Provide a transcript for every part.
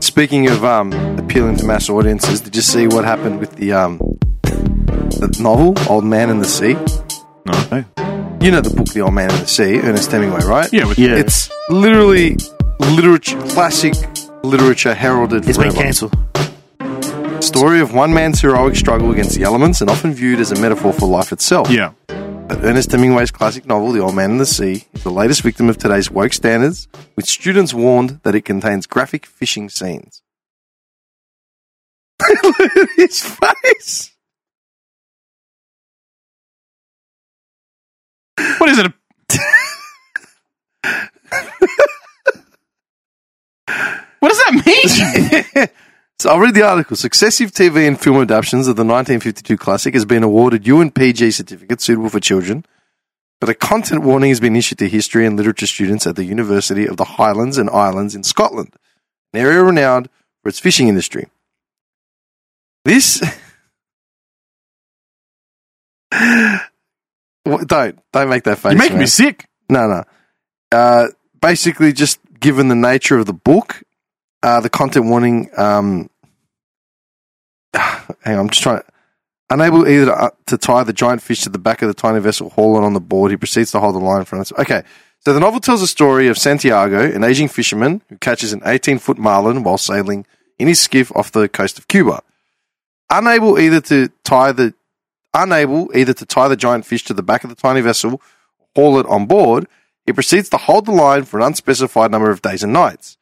Speaking of um, appealing to mass audiences, did you see what happened with the um, the novel Old Man and the Sea? No. You know the book The Old Man and the Sea, Ernest Hemingway, right? Yeah, with Yeah. It's literally literature, classic literature heralded It's been forever. cancelled. Story of one man's heroic struggle against the elements and often viewed as a metaphor for life itself. yeah. But Ernest Hemingway's classic novel, The Old Man and the Sea, is the latest victim of today's woke standards, with students warned that it contains graphic fishing scenes. Look at his face! What is it? A- what does that mean? So I'll read the article. Successive TV and film adaptations of the 1952 classic has been awarded UNPG certificates suitable for children, but a content warning has been issued to history and literature students at the University of the Highlands and Islands in Scotland, an area renowned for its fishing industry. This. What- don't don't make that face. You're making man. me sick. No, no. Uh, basically, just given the nature of the book, uh, the content warning. Um, hang on, I'm just trying. To, unable either to, uh, to tie the giant fish to the back of the tiny vessel hauling on the board, he proceeds to hold the line from us. Okay, so the novel tells the story of Santiago, an aging fisherman who catches an 18 foot marlin while sailing in his skiff off the coast of Cuba. Unable either to tie the unable either to tie the giant fish to the back of the tiny vessel haul it on board, he proceeds to hold the line for an unspecified number of days and nights.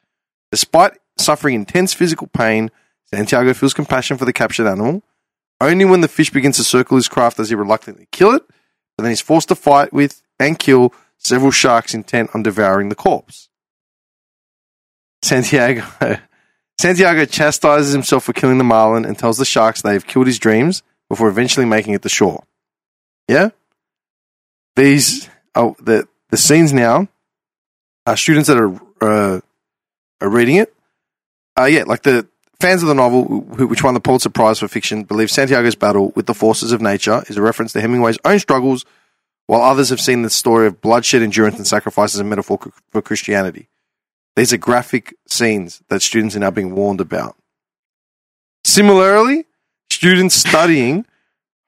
Despite suffering intense physical pain, Santiago feels compassion for the captured animal. Only when the fish begins to circle his craft does he reluctantly kill it, but then he's forced to fight with and kill several sharks intent on devouring the corpse. Santiago Santiago chastises himself for killing the marlin and tells the sharks they have killed his dreams before eventually making it to shore. Yeah? these oh the the scenes now are students that are uh, are reading it. Uh, yeah, like the fans of the novel, who, which won the Pulitzer Prize for fiction, believe Santiago's battle with the forces of nature is a reference to Hemingway's own struggles, while others have seen the story of bloodshed, endurance, and sacrifice as a metaphor c- for Christianity. These are graphic scenes that students are now being warned about. Similarly, students studying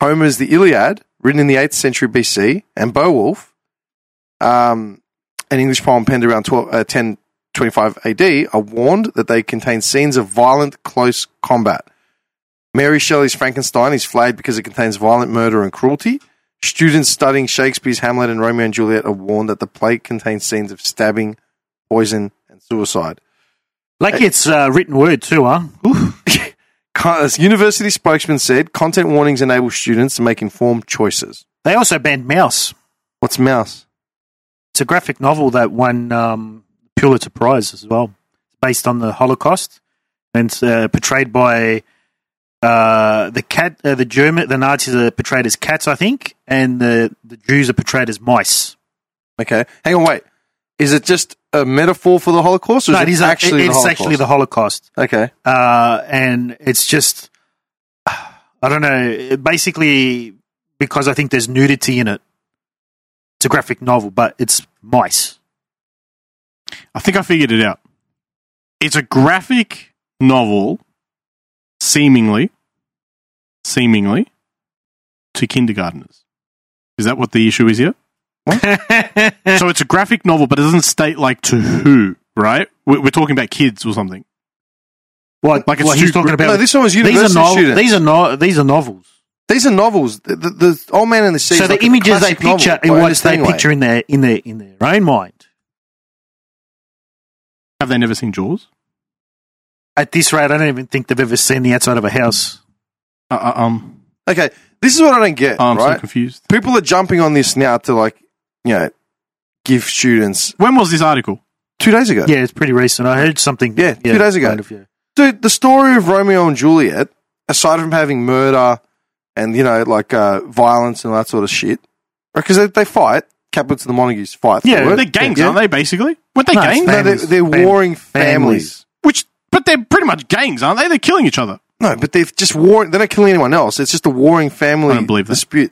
Homer's The Iliad, written in the 8th century BC, and Beowulf, um, an English poem penned around 12, uh, 1025 AD, are warned that they contain scenes of violent, close combat. Mary Shelley's Frankenstein is flagged because it contains violent murder and cruelty. Students studying Shakespeare's Hamlet and Romeo and Juliet are warned that the play contains scenes of stabbing, poison, and suicide. Like it's uh, written word too, huh? Con- uh, University spokesman said content warnings enable students to make informed choices. They also banned Mouse. What's mouse? It's a graphic novel that won um, Pulitzer Prize as well. It's based on the Holocaust and it's uh, portrayed by uh, the cat, uh, the German, the Nazis are portrayed as cats, I think, and the, the Jews are portrayed as mice. Okay. Hang on, wait. Is it just a metaphor for the Holocaust, or No, is it it, is actually actually, the it's Holocaust? actually the Holocaust. okay. uh, and it's just I don't know. Basically, because I think there's nudity in it. It's a graphic novel, but it's mice. I think I figured it out. It's a graphic novel, seemingly, seemingly, to kindergarteners. Is that what the issue is here? so it's a graphic novel, but it doesn't state like to who, right? We're, we're talking about kids or something. What Like it's what he's too talking gr- about? No, this one was these university are novels. students. These are no, these are novels. These are novels. The, the, the Old Man and the Sea. so is the like a images they classic novel picture by and what Ernest they Hemingway. picture in their in their in their own mind. Have they never seen Jaws? At this rate, I don't even think they've ever seen the outside of a house. Uh, uh, um, Okay, this is what I don't get. Oh, I'm so right? confused. People are jumping on this now to like, you know, give students When was this article? two days ago. Yeah, it's pretty recent. I heard something. Yeah, two days ago. kind of, yeah. Dude, the story of Romeo and Juliet, aside from having murder and, you know, like uh, violence and all that sort of shit, because they, they fight. Capulets and the Montagues fight. for Yeah, it. They're gangs, Yeah. aren't they? Basically, weren't they No, it's gangs? No, they're, Families. they're Fam- warring families. families. Which, but they're pretty much gangs, aren't they? They're killing each other. No, but they've just war. They're not killing anyone else. It's just a warring family I don't believe that. dispute.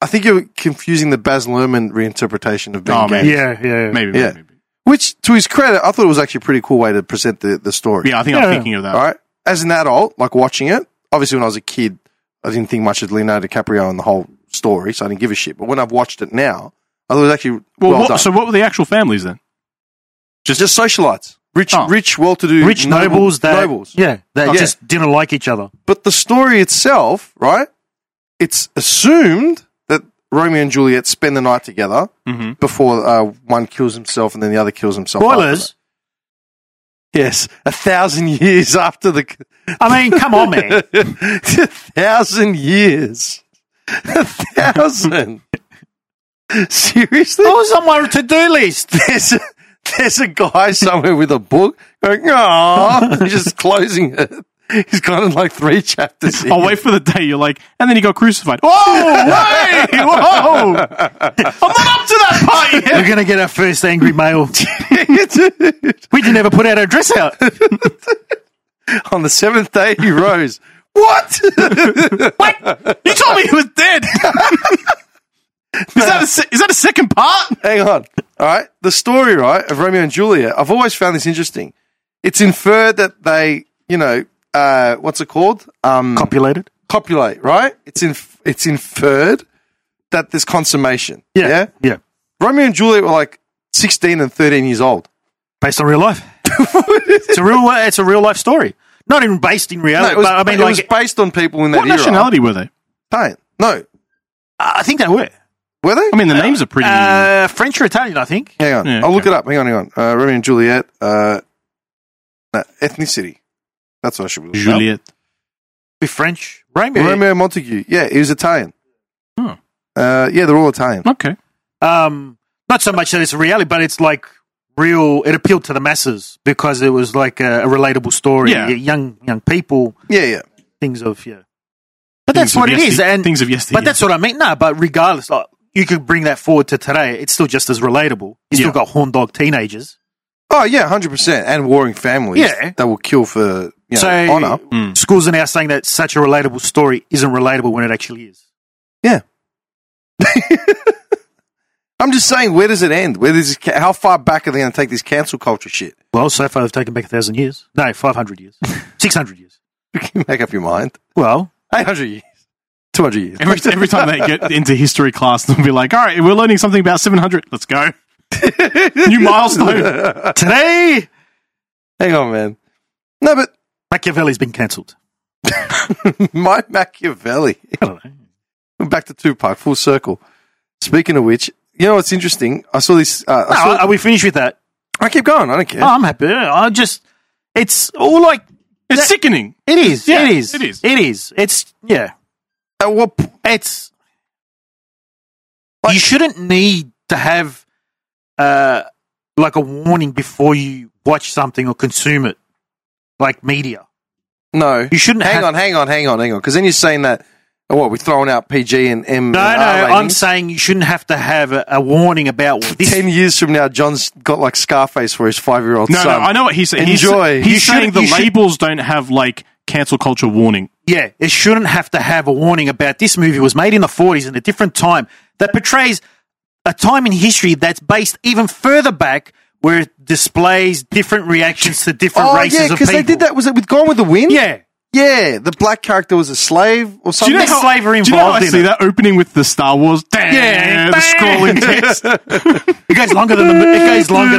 I think you're confusing the Baz Luhrmann reinterpretation of being Oh, gay. maybe. Yeah, yeah. Maybe, Yeah. maybe, maybe. Which, to his credit, I thought it was actually a pretty cool way to present the, the story. Yeah, I think Yeah. I'm thinking of that. All right. As an adult, like watching it, obviously when I was a kid, I didn't think much of Leonardo DiCaprio and the whole story, so I didn't give a shit. But when I've watched it now, I thought it was actually well, Well, what, done. so what were the actual families then? just, just socialites. Rich, Oh. rich, well-to-do, Rich noble- nobles that nobles. Oh, yeah that Yeah. just didn't like each other. But the story itself, right? It's assumed that Romeo and Juliet spend the night together Mm-hmm. before uh, one kills himself and then the other kills himself. after Spoilers. that. Yes, a thousand years after the. I mean, come on, man. a thousand years. A thousand. Seriously? That was on my to-do list. There's a, there's a guy somewhere with a book going, "Aw," and just closing it. He's gone in like three chapters. in. I'll Oh, wait for the day you're like, and then he got crucified. Whoa, hey, whoa! I'm not up to that part yet. We're gonna get our first angry mail. We didn't ever put out our dress out. On the seventh day, he rose. What? You told me he was dead. is that a se- is that a second part? Hang on. All right. The story, right, of Romeo and Juliet, I've always found this interesting. It's inferred that they, you know, uh, what's it called? Um, Copulated. copulate, right? It's, inf- it's inferred that there's consummation. yeah, yeah. Romeo and Juliet were like 16 and 13 years old. Based on real life. it's a real. It's a real life story. Not even based in No, reality. it was, but I mean, it like, was based on people in that What era. nationality were they? Pain. No. I think they were Were they? I mean, the names are pretty. uh, French or Italian. I think. Hang on. Yeah, I'll look okay. it up. Hang on, hang on. Uh, Romeo and Juliet, uh, no, ethnicity. That's what I should be looking up. Juliet. Be French. Romeo. Romeo Montague. Yeah, he was Italian. Hmm. Uh, yeah, they're all Italian. Okay. Um, not so much that it's a reality, but it's like real. It appealed to the masses because it was like a, a relatable story. Yeah. Young young people. Yeah, yeah. Things of yeah. But Things that's what of it is, yester- and things of yesterday. But that's what I mean. No, but regardless, like, you could bring that forward to today. It's still just as relatable. You Yeah. still got horn dog teenagers. Oh, yeah, 100%. And warring families Yeah. that will kill for you know, so honor. Mm. schools are now saying that such a relatable story isn't relatable when it actually is. I'm just saying, where does it end? Where does this, ca- how far back are they going to take this cancel culture shit? Well, so far they've taken back a thousand years. No, five hundred years, six hundred years. Make up your mind. Well, 800 years. 200 years. Every, every time they get into history class, they'll be like, "All right, we're learning something about 700. Let's go. New milestone." today Hang on, man. No, but Machiavelli's been cancelled. my Machiavelli. I don't know. Back to Tupac, full circle. Speaking of which, you know what's interesting? I saw this. Uh, I, No, saw, are, are we finished with that? I keep going. I don't care. Oh, I'm happy. I just, it's all like It's sickening. it is. Yeah, it is. it is. It is. It's yeah. At what p- it's you shouldn't need to have uh, like a warning before you watch something or consume it, like media. no. You shouldn't Hang have- on, hang on, hang on, hang on. Because then you're saying that, oh, what, we're throwing out PG and M. No, and no, R I'm ratings? saying you shouldn't have to have a, a warning about this. 10 years from now, John's got like Scarface for his five year old No, son. no, I know what he's saying. He's- Enjoy. He's, You should- saying the you should- labels don't have like cancel culture warning. yeah, it shouldn't have to have a warning about this movie was made in the 40s in a different time that portrays a time in history that's based even further back where it displays different reactions to different Oh, races yeah, of because people. they did that. Was it with Gone with the Wind? Yeah. Yeah, the black character was a slave or something. know There's how- slavery do you know how involved I in see it. that opening with the Star Wars? Damn, Yeah. the scrolling text. It goes longer than the, mo- it goes longer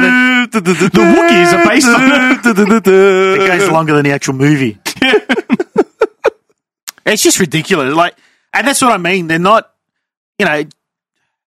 than the Wookiees are based It on goes longer than the actual movie. it's just ridiculous. Like, and that's what I mean. They're not, you know.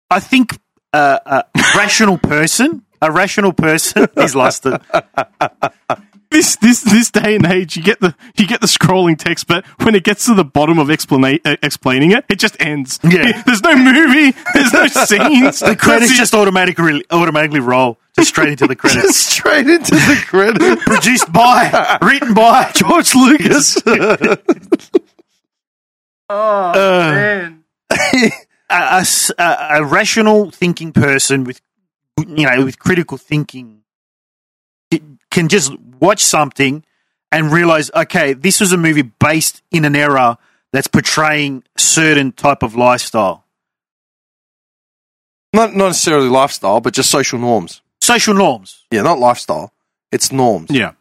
I think uh, a rational person, a rational person, he's lost it. this this this day and age, you get the you get the scrolling text, but when it gets to the bottom of explana- uh, explaining it, it just ends. Yeah. there's no movie, there's no scenes. The Credits just automatically automatically roll just straight into the credits. straight into the credit. Produced by, written by. George Lucas. a, a s- a- a rational thinking person with you know with critical thinking c- can just watch something and realize okay this was a movie based in an era that's portraying certain type of lifestyle Not not necessarily lifestyle, but just social norms. Social norms. Yeah, not lifestyle. It's norms. Yeah.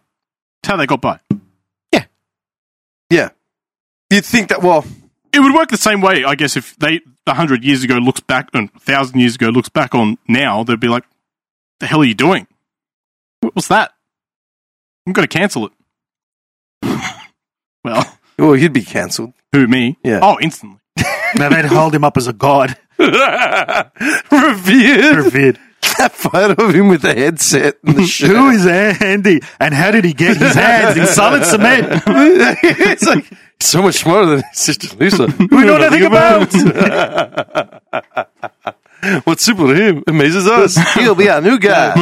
It's how they got by. Yeah. You'd think that, well, It would work the same way, I guess, if they, a 100 years ago looks back, and 1,000 years ago looks back on now, they'd be like, the hell are you doing? What was that? I'm going to cancel it. well, well, you'd be cancelled. who, me? Yeah. Oh, instantly. Now they'd hold him up as a god. Revered. Revered. That photo of him with the headset and the Who shoe. is Andy? And how did he get his hands in solid cement? it's like so much smarter than his sister Lisa. We know nothing about. What's simple to him amazes us. He'll be our new guy.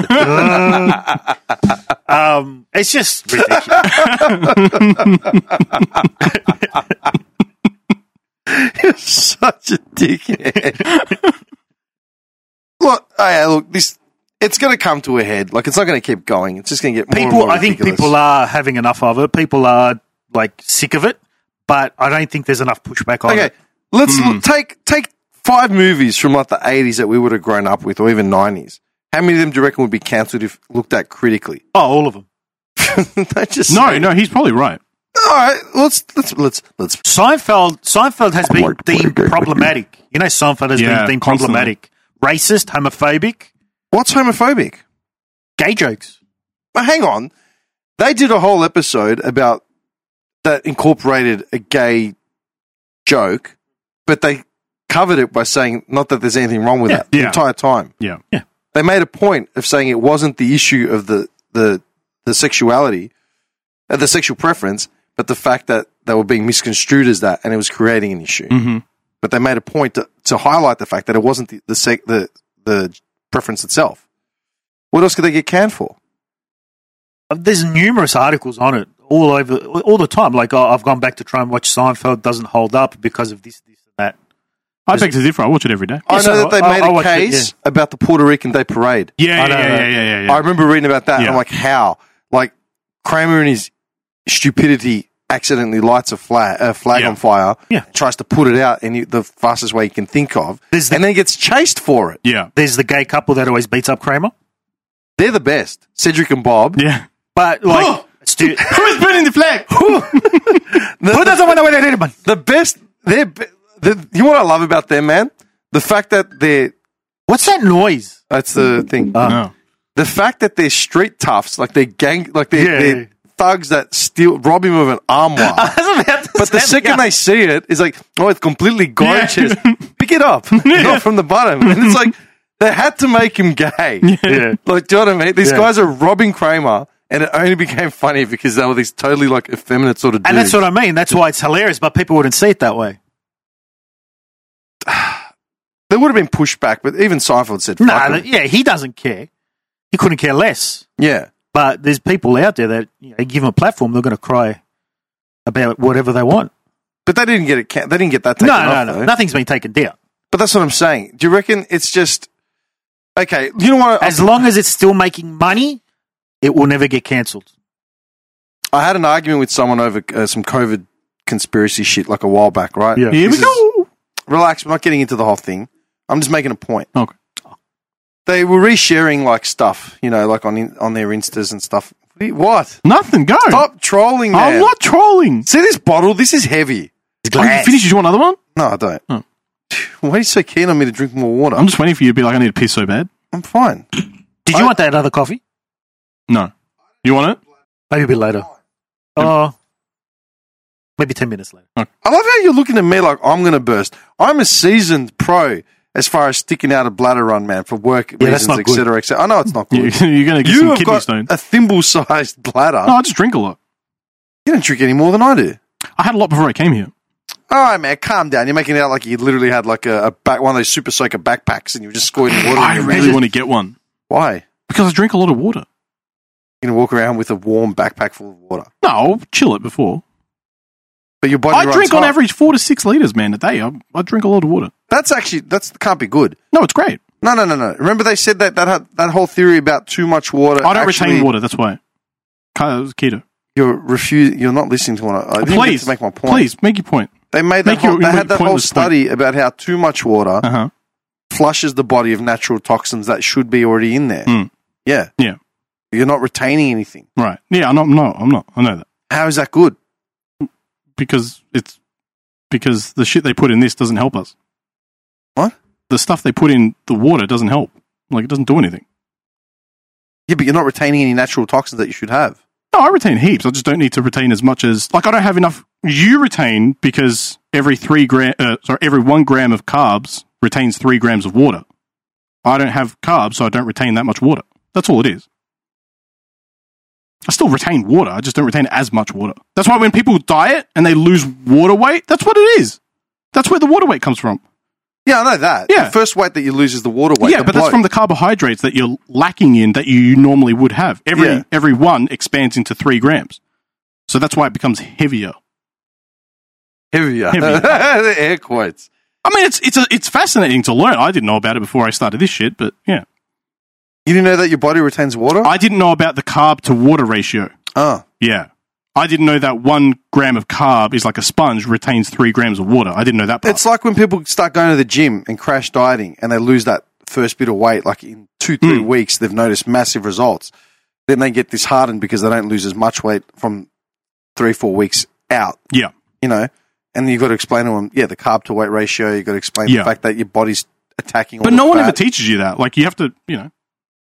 Um, it's just ridiculous. You're such a dickhead. look, oh yeah, look, this it's going to come to a head. Like it's not going to keep going. It's just going to get more and People, more I think ridiculous. people are having enough of it. People are like sick of it, but I don't think there's enough pushback on Okay, it. Hmm. let's look, take take five movies from like the eighties that we would have grown up with, or even nineties. How many of them do you reckon would be cancelled if looked at critically? Oh, all of them. They just No, no, he's probably right. All right, let's let's let's let's Seinfeld. Seinfeld has been like deemed Watergate. problematic. You know, Seinfeld has Yeah, been deemed constantly. problematic, racist, homophobic, What's homophobic? gay jokes. But hang on, they did a whole episode about that incorporated a gay joke, but they covered it by saying not that there's anything wrong with Yeah, that the yeah. entire time. Yeah. They made a point of saying it wasn't the issue of the the the sexuality, uh, the sexual preference, but the fact that they were being misconstrued as that, and it was creating an issue. Mm-hmm. But they made a point to, to highlight the fact that it wasn't the the, sec- the the preference itself. What else could they get canned for? Uh, There's numerous articles on it all over, all the time. Like I- I've gone back to try and watch Seinfeld doesn't hold up because of this, this, and that. I beg to differ. I watch it every day. I Yes, know I- that they I- made I a watched it, case about the Puerto Rican Day Parade. Yeah, I know yeah, yeah, that. yeah, yeah, I yeah. remember reading about that. and I'm Yeah. like, how? Like Kramer and his stupidity accidentally lights a flag, a flag Yeah. on fire. Yeah. tries to put it out in the- the fastest way he can think of, There's the- and then gets chased for it. Yeah, There's the gay couple that always beats up Kramer, They're the best, Cedric and Bob. yeah. but like, stu- Who's burning the flag? who doesn't want to win at anyone? The best. They're. be- The, you know what I love about them, man? The fact that they're. What's that noise? That's the thing. no. the fact that they're street toughs, like they're gang, like they're, Yeah. they're thugs that steal, rob him of an armoire. but the second they see it, it's like, oh, it's completely gorgeous. Pick it up, not from the bottom. And it's like they had to make him gay. Yeah. Like, do you know what I mean? These Yeah. guys are robbing Kramer, and it only became funny because they were these totally like effeminate sort of dudes. And that's what I mean. That's why it's hilarious, but people wouldn't see it that way. there would have been pushback, but even Seinfeld said, No, "Fuck 'em." that- yeah, he doesn't care. He couldn't care less. yeah, But there's people out there that you know, give them a platform, they're going to cry about whatever they want. but they didn't get it. Ca- they didn't get that. Taken No, off, no, no. though. Nothing's been taken down. But that's what I'm saying. Do you reckon it's just okay? You know what? I- As long as it's still making money, it will never get cancelled. I had an argument with someone over uh, some COVID conspiracy shit like a while back, right? Yeah. Here This we is- go. relax. We're not getting into the whole thing. I'm just making a point. Okay. They were resharing like stuff, you know, like on in, on their instas and stuff. What? Nothing. Go. Stop trolling, man. I'm not trolling. See this bottle? This is heavy. Are you finished? You want another one? No, I don't. Oh. Why are you so keen on me to drink more water? I'm I'm, just waiting for you to be like, I need to piss so bad. fine. Did you want that other coffee? No. You want it? Maybe a bit later. Oh, maybe 10 minutes later. I love how you're looking at me like I'm going to burst. I'm a seasoned pro as far as sticking out a bladder run, man, for work that's reasons, not good. etc. etc. I know it's not You, good. you're going to get You some have kidney got stones. a thimble-sized bladder. No, I just drink a lot. You don't drink any more than I do. I had a lot before I came here. All right, man, calm down. You're making it out like you literally had like a, a back, one of those super soaker backpacks, and you were just squirting water. I in your really mouth. want to get one Why? because I drink a lot of water. You can walk around with a warm backpack full of water, No, I'll chill it before. but your body. I runs drink on hot. average four to six liters, man, a day. I, I drink a lot of water. That's actually that's can't be good. No, it's great. No, no, no, no. Remember they said that that had- that whole theory about too much water. I don't actually- retain water. That's why. Kind of keto. You're refusing. You're not listening to what I. I didn't get Please to make my point. Please make your point. they made that make whole, your- they make had that whole pointless point. study about how too much water Uh huh. flushes the body of natural toxins that should be already in there. Mm. Yeah. Yeah. You're not retaining anything. Right. Yeah, I'm not, I'm not. I'm not. I know that. How is that good? Because it's because the shit they put in this doesn't help us. What? The stuff they put in the water doesn't help. Like it doesn't do anything. Yeah, but you're not retaining any natural toxins that you should have. No, I retain heaps. I just don't need to retain as much as like I don't have enough. You retain because every three gram, uh, sorry, every one gram of carbs retains three grams of water. I don't have carbs, so I don't retain that much water. That's all it is. I still retain water. I just don't retain as much water. That's why when people diet and they lose water weight, that's what it is. That's where the water weight comes from. Yeah, I know that. Yeah. The first weight that you lose is the water weight. yeah, the but that's bloat. from the carbohydrates that you're lacking in that you normally would have. Every Yeah. every one expands into three grams, so that's why it becomes heavier. heavier. Heavier. The Air quotes. I mean, it's it's a, it's fascinating to learn. I didn't know about it before I started this shit, but yeah, You didn't know that your body retains water? I didn't know about the carb to water ratio. oh, Yeah, I didn't know that one gram of carb is like a sponge retains three grams of water. I didn't know that part. it's like when people start going to the gym and crash dieting and they lose that first bit of weight, like in two, three Hmm. weeks, they've noticed massive results. Then they get disheartened because they don't lose as much weight from three, four weeks out, yeah, you know? And you've got to explain to them, yeah, the carb to weight ratio. You've got to explain Yeah. the fact that your body's attacking all but the no one fat. ever teaches you that. Like you have to, you know,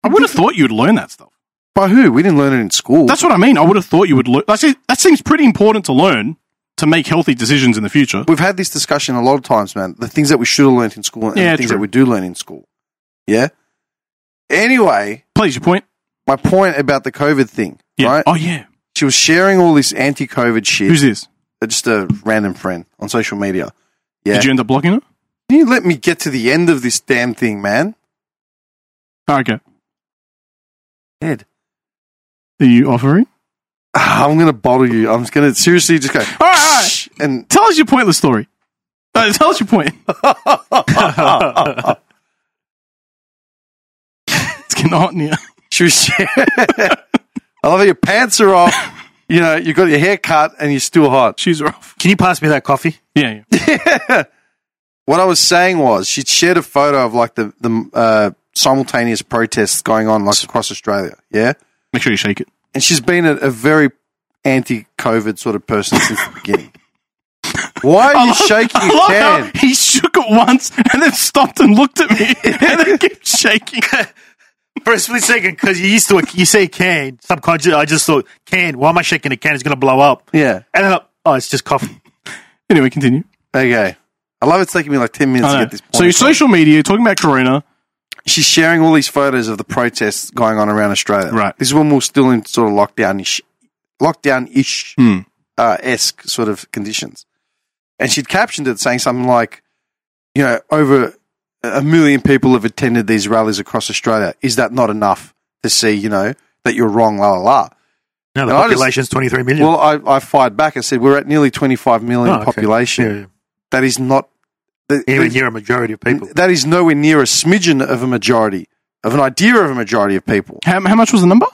I would have thought you'd learn that stuff. By who? We didn't learn it in school. That's what I mean. I would have thought you would learn. That's it. That seems pretty important to learn to make healthy decisions in the future. We've had this discussion a lot of times, man. The things that we should have learned in school and Yeah, the things true. that we do learn in school. Yeah? Anyway, Please, your point. my point about the COVID thing, Yeah. right? Oh yeah. She was sharing all this anti COVID shit. Who's this? uh, just a random friend on social media. Yeah. Did you end up blocking it? Can you let me get to the end of this damn thing, man? Oh, okay. Ed. Are you offering? Ah, I'm going to bottle you. I'm just going to seriously just go. All right, all right. And Tell us your pointless story. Uh, tell us your point. it's getting hot in here. she was sharing. I love how your pants are off. You know, you got your hair cut and you're still hot. Shoes are off. Can you pass me that coffee? Yeah, yeah. what I was saying was she shared a photo of like the the uh, simultaneous protests going on like across Australia, yeah. Make sure you shake it. And she's been a, a very anti-COVID sort of person since the beginning. Why are you shaking I your love can? how he shook it once and then stopped and looked at me and then kept shaking. For a split second, because you used to, you say can. Subconsciously, I just thought, can. Why am I shaking a can? It's going to blow up. Yeah. And then, I- oh, it's just coffee. Anyway, continue. Okay. I love it's taking me like ten minutes I to know. get this. Point So your across. social media, you're talking about Corona. she's sharing all these photos of the protests going on around Australia. Right. This is when we're still in sort of lockdown ish, lockdown ish Hmm. uh, esque sort of conditions. And she'd captioned it saying something like, you know, over a million people have attended these rallies across Australia. Is that not enough to see, you know, that you're wrong, la la la? No, the No, I just- population's 23 million. Well, I, I fired back and said, we're at nearly 25 million Oh, okay. population. yeah, yeah. That is not. that- Anywhere near a majority of people. that is nowhere near a smidgen of a majority, of an idea of a majority of people. How, how much was the number?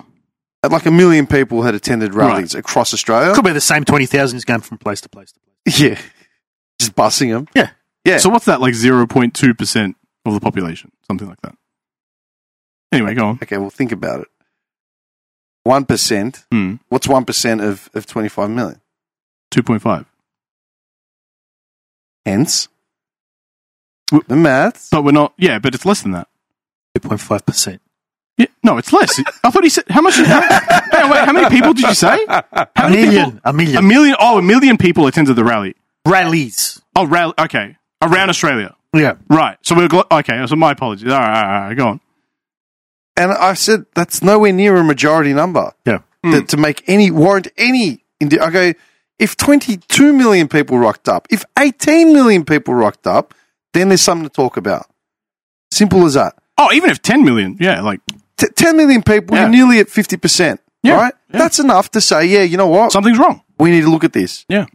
At like a million people had attended rallies across Australia. Could be the same 20,000 is going from place to place to place. Yeah. Just bussing them. Yeah. Yeah. So what's that, like 0.2% of the population? Something like that. Anyway, go on. okay, well, think about it. 1%. Hmm. What's 1% of, of 25 million? 2.5. Hence, W- the maths. But we're not, yeah, but it's less than that. 2.5%. Yeah, no, it's less. I thought he said, how much? How, hang on, wait, how many people did you say? How A many million. people- a million. A million. Oh, a million people attended the rally. Rallies. Oh, rally. Okay. Around Australia. Yeah. Right. So we're, gl- okay. So my apologies. All right. All right. All right go on. And I said, that's nowhere near a majority number Yeah. that, to make any, warrant any. Indi- I go, if 22 million people rocked up, if 18 million people rocked up, then there's something to talk about. Simple as that. Oh, even if 10 million. Yeah. Like T- 10 million people, Yeah. you're nearly at 50%. Yeah, Right? yeah. That's enough to say, yeah, you know what? something's wrong. we need to look at this. Yeah.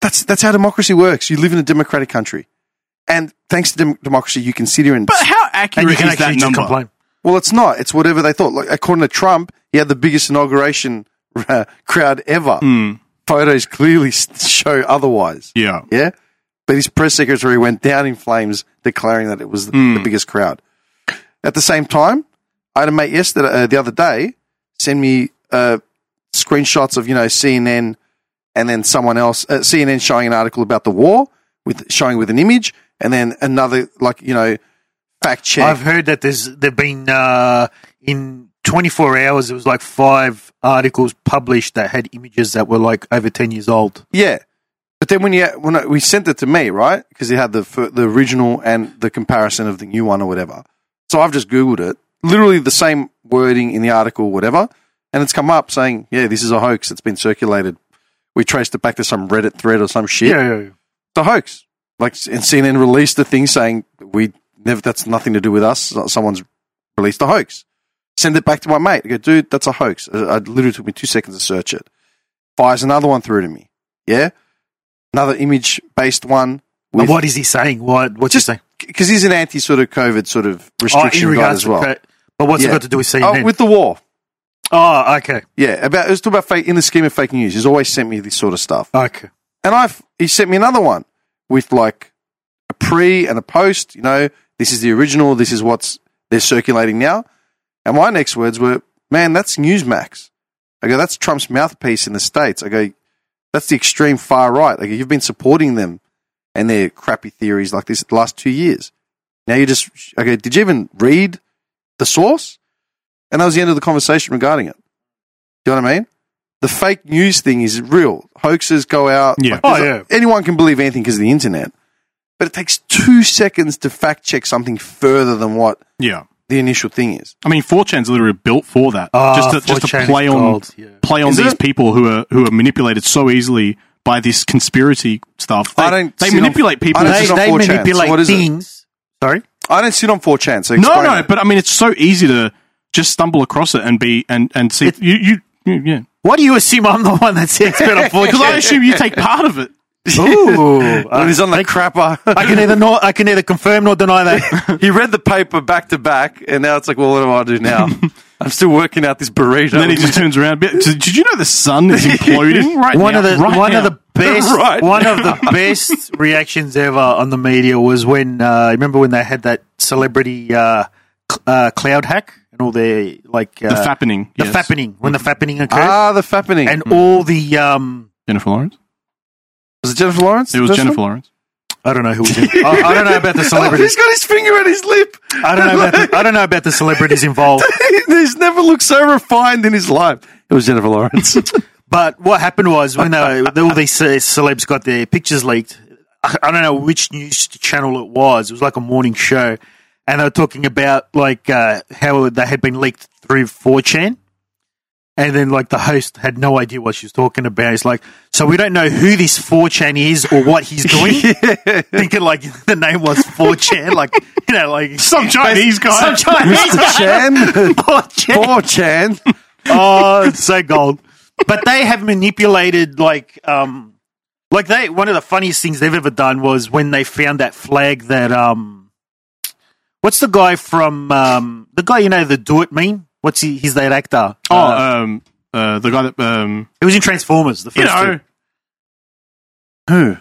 That's that's how democracy works. You live in a democratic country, and thanks to dem- democracy, you consider and But how And accurate you can is that actually just number? complain. well, it's not. It's whatever they thought. Like according to Trump, he had the biggest inauguration crowd ever. Hmm. Photos clearly s- show otherwise. Yeah. Yeah, But his press secretary went down in flames, declaring that it was the biggest crowd. At the same time, I had a mate yesterday, uh, the other day, send me uh, screenshots of you know CNN and then someone else uh, CNN showing an article about the war with showing with an image and then another like you know fact check. I've heard that there's there've been uh, in 24 hours it was like five articles published that had images that were like over 10 years old. Yeah, but then when you when I, we sent it to me, right? Because it had the fir- the original and the comparison of the new one or whatever. So I've just googled it, literally the same wording in the article, whatever, and it's come up saying, "Yeah, this is a hoax. It's been circulated. We traced it back to some Reddit thread or some shit. Yeah, yeah, yeah. It's a hoax." Like and CNN released a thing saying we never, that's nothing to do with us. Someone's released a hoax. Send it back to my mate. I go, dude, that's a hoax. It it literally took me two seconds to search it. Fires another one through to me. Yeah, another image based one. But what is he saying? What what's Just he saying? because he's an anti sort of COVID sort of Oh, restriction guy as to well. cra- but what's Yeah. it got to do with CNN? Oh, with the war. oh, okay, Yeah, about it was talking about fake in the scheme of fake news. He's always sent me this sort of stuff, okay. and I've he sent me another one with like a pre and a post. You know, this is the original. This is what's they're circulating now. And my next words were, "Man, that's Newsmax." I go, "That's Trump's mouthpiece in the states." I go, "That's the extreme far right." I go, "You've been supporting them and their crappy theories like this the last two years. Now you just I go, "Did you even read the source?" And that was the end of the conversation regarding it. Do you know what I mean? The fake news thing is real. Hoaxes go out. Yeah. there's Oh, a- yeah. Anyone can believe anything because of the internet. But it takes two seconds to fact check something further than what Yeah. the initial thing is. I mean, 4chan's literally built for that. Ah, just to, just 4chan to is play on gold, yeah. play on Is these it? people who are who are manipulated so easily by this conspiracy stuff. They, I don't they see it on- manipulate people. I don't to- see They, This is on they 4chan, so manipulate what is it? things. Sorry, I don't sit on 4chan, so no, explain no, it. but I mean, it's so easy to just stumble across it and be and and see you you. you- Yeah, why do you assume I'm the one that's the expert on because I 4chan? assume you take part of it. Ooh, When he's on the crapper. I can either not, I can either confirm nor deny that. he read the paper back to back, and now it's like, well, what do I do now? I'm still working out this burrito. And then he just turns around. "Bit- Did did you know the sun is imploding right one now? of the right one of now?" the best Right one of the best reactions ever on the media was when uh, remember when they had that celebrity uh, cl- uh, cloud hack and all their like uh, the fappening. the yes. fappening when the fappening occurred ah, the fappening. and all the um, Jennifer Lawrence. was it Jennifer Lawrence? It was This Jennifer one? Lawrence. I don't know who was in, I, I don't know about the Oh, celebrities he's got his finger at his lip. I don't know about the, I don't know about the celebrities involved he's never looked so refined in his life. It was Jennifer Lawrence. But what happened was when they were, all these uh, celebs got their pictures leaked. I, I don't know which news channel it was. It was like a morning show, and they were talking about like uh, how they had been leaked through 4chan. And then, like the host had no idea what she was talking about. It's like, so we don't know who this 4chan is or what he's doing. Thinking like the name was 4chan, like you know, like Some Chinese guy. some Chinese Mr. Chan. 4chan. 4chan. oh, it's so gold. But they have manipulated like um like they one of the funniest things they've ever done was when they found that flag that um what's the guy from um the guy you know the do it meme? What's he he's that actor? Oh, Uh, um, uh, the guy that um, he was in Transformers, the you first know, two. Who?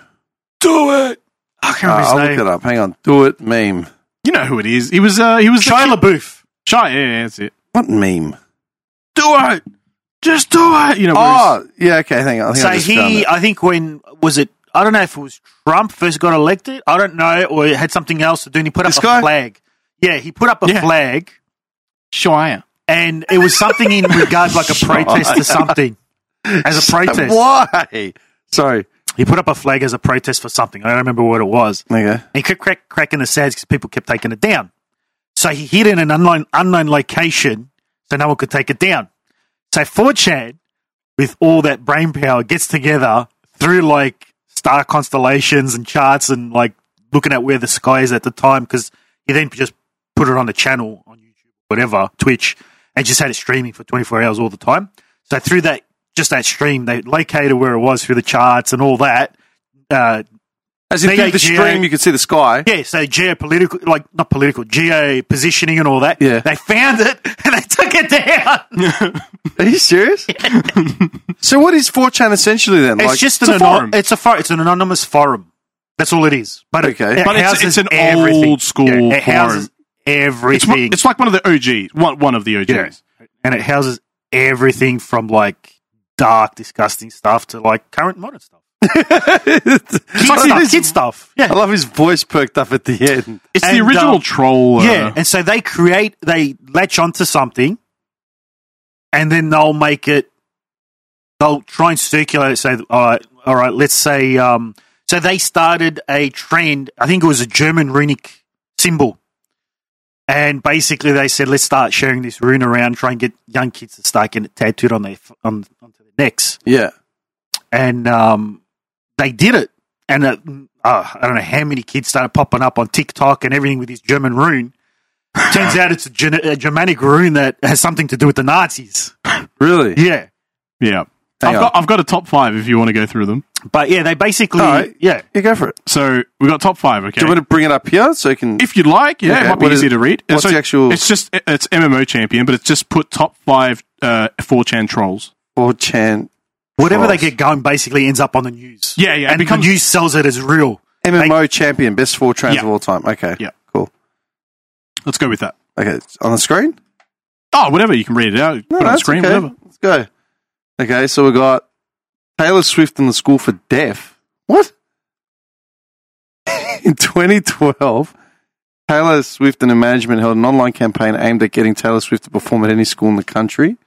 do it. I can't Uh, remember his I'll name. look it up. Hang on. Do it meme. You know who it is. He was. Uh, he was the Shia kid- LaBeouf. Shia. Yeah, yeah, that's it. What meme? Do it. Just do it. You know. where Oh, yeah, okay. Hang on. I think So I just found he it. I think when was it I don't know if it was Trump first got elected. I don't know, or it had something else to do and he put This up a guy? flag. Yeah, he put up a Yeah. flag he's Shia. and it was something in regards like a protest to something as a protest. Why? Sorry. He put up a flag as a protest for something. I don't remember what it was. Okay. And he kept crack, cracking the sads because people kept taking it down. So he hid in an unknown unknown location so no one could take it down. So 4chan, with all that brain power, gets together through like star constellations and charts and like looking at where the sky is at the time because he then just put it on the channel on YouTube, whatever, Twitch, and just had it streaming for 24 hours all the time. So through that, just that stream, they located where it was through the charts and all that. Uh, As in They through go the geo- stream, you could see the sky. yeah, so geopolitical, like not political, geo positioning and all that. Yeah. They found it and they took it down. Are you serious? so what is 4chan essentially then? It's Like- just it's an a anon- forum. It's a for- It's an anonymous forum. That's all it is. But it- Okay. it But it's- it's houses an everything. old school Yeah, it houses It's, everything, one, it's like one of the OGs. One, one of the OGs. Yeah. and it houses everything from like dark, disgusting stuff to like current modern stuff. Kid like stuff, this- kid stuff. I Yeah, love his voice perked up at the end. It's And, the original um, troll. Uh, yeah. And so they create, they latch onto something, and then they'll make it. They'll try and circulate it. Say, all right, all right. Let's say. Um, so they started a trend. I think it was a German runic symbol, and basically they said, let's start sharing this rune around. Try and get young kids to start getting it tattooed on their f- on onto their necks. Yeah. and um, they did it. And uh, uh, I don't know how many kids started popping up on TikTok and everything with this German rune. Turns out it's a, Gen- a Germanic rune that has something to do with the Nazis. Really? Yeah, yeah. Hang I've on. got, I've got a top five if you want to go through them. but yeah, they basically All right. yeah. You go for it. So we've got top five. Okay. Do you want to bring it up here so you can? if you'd like, yeah, Okay, it might be what is- easier to read. what's the actual- It's just it's MMO champion, but it's just put top five uh, 4chan trolls. or Chan Whatever Christ. they get going basically ends up on the news. Yeah, yeah, it and becomes- the news sells it as real. MMO champion, best four trans Yeah. of all time. Okay. Yeah. Cool. Let's go with that. Okay. it's On the screen. Oh, whatever. You can read it out. No, put it on that's screen. okay. Whatever. Let's go. Okay, so we got Taylor Swift in the school for deaf. What? in 2012, Taylor Swift and her management held an online campaign aimed at getting Taylor Swift to perform at any school in the country.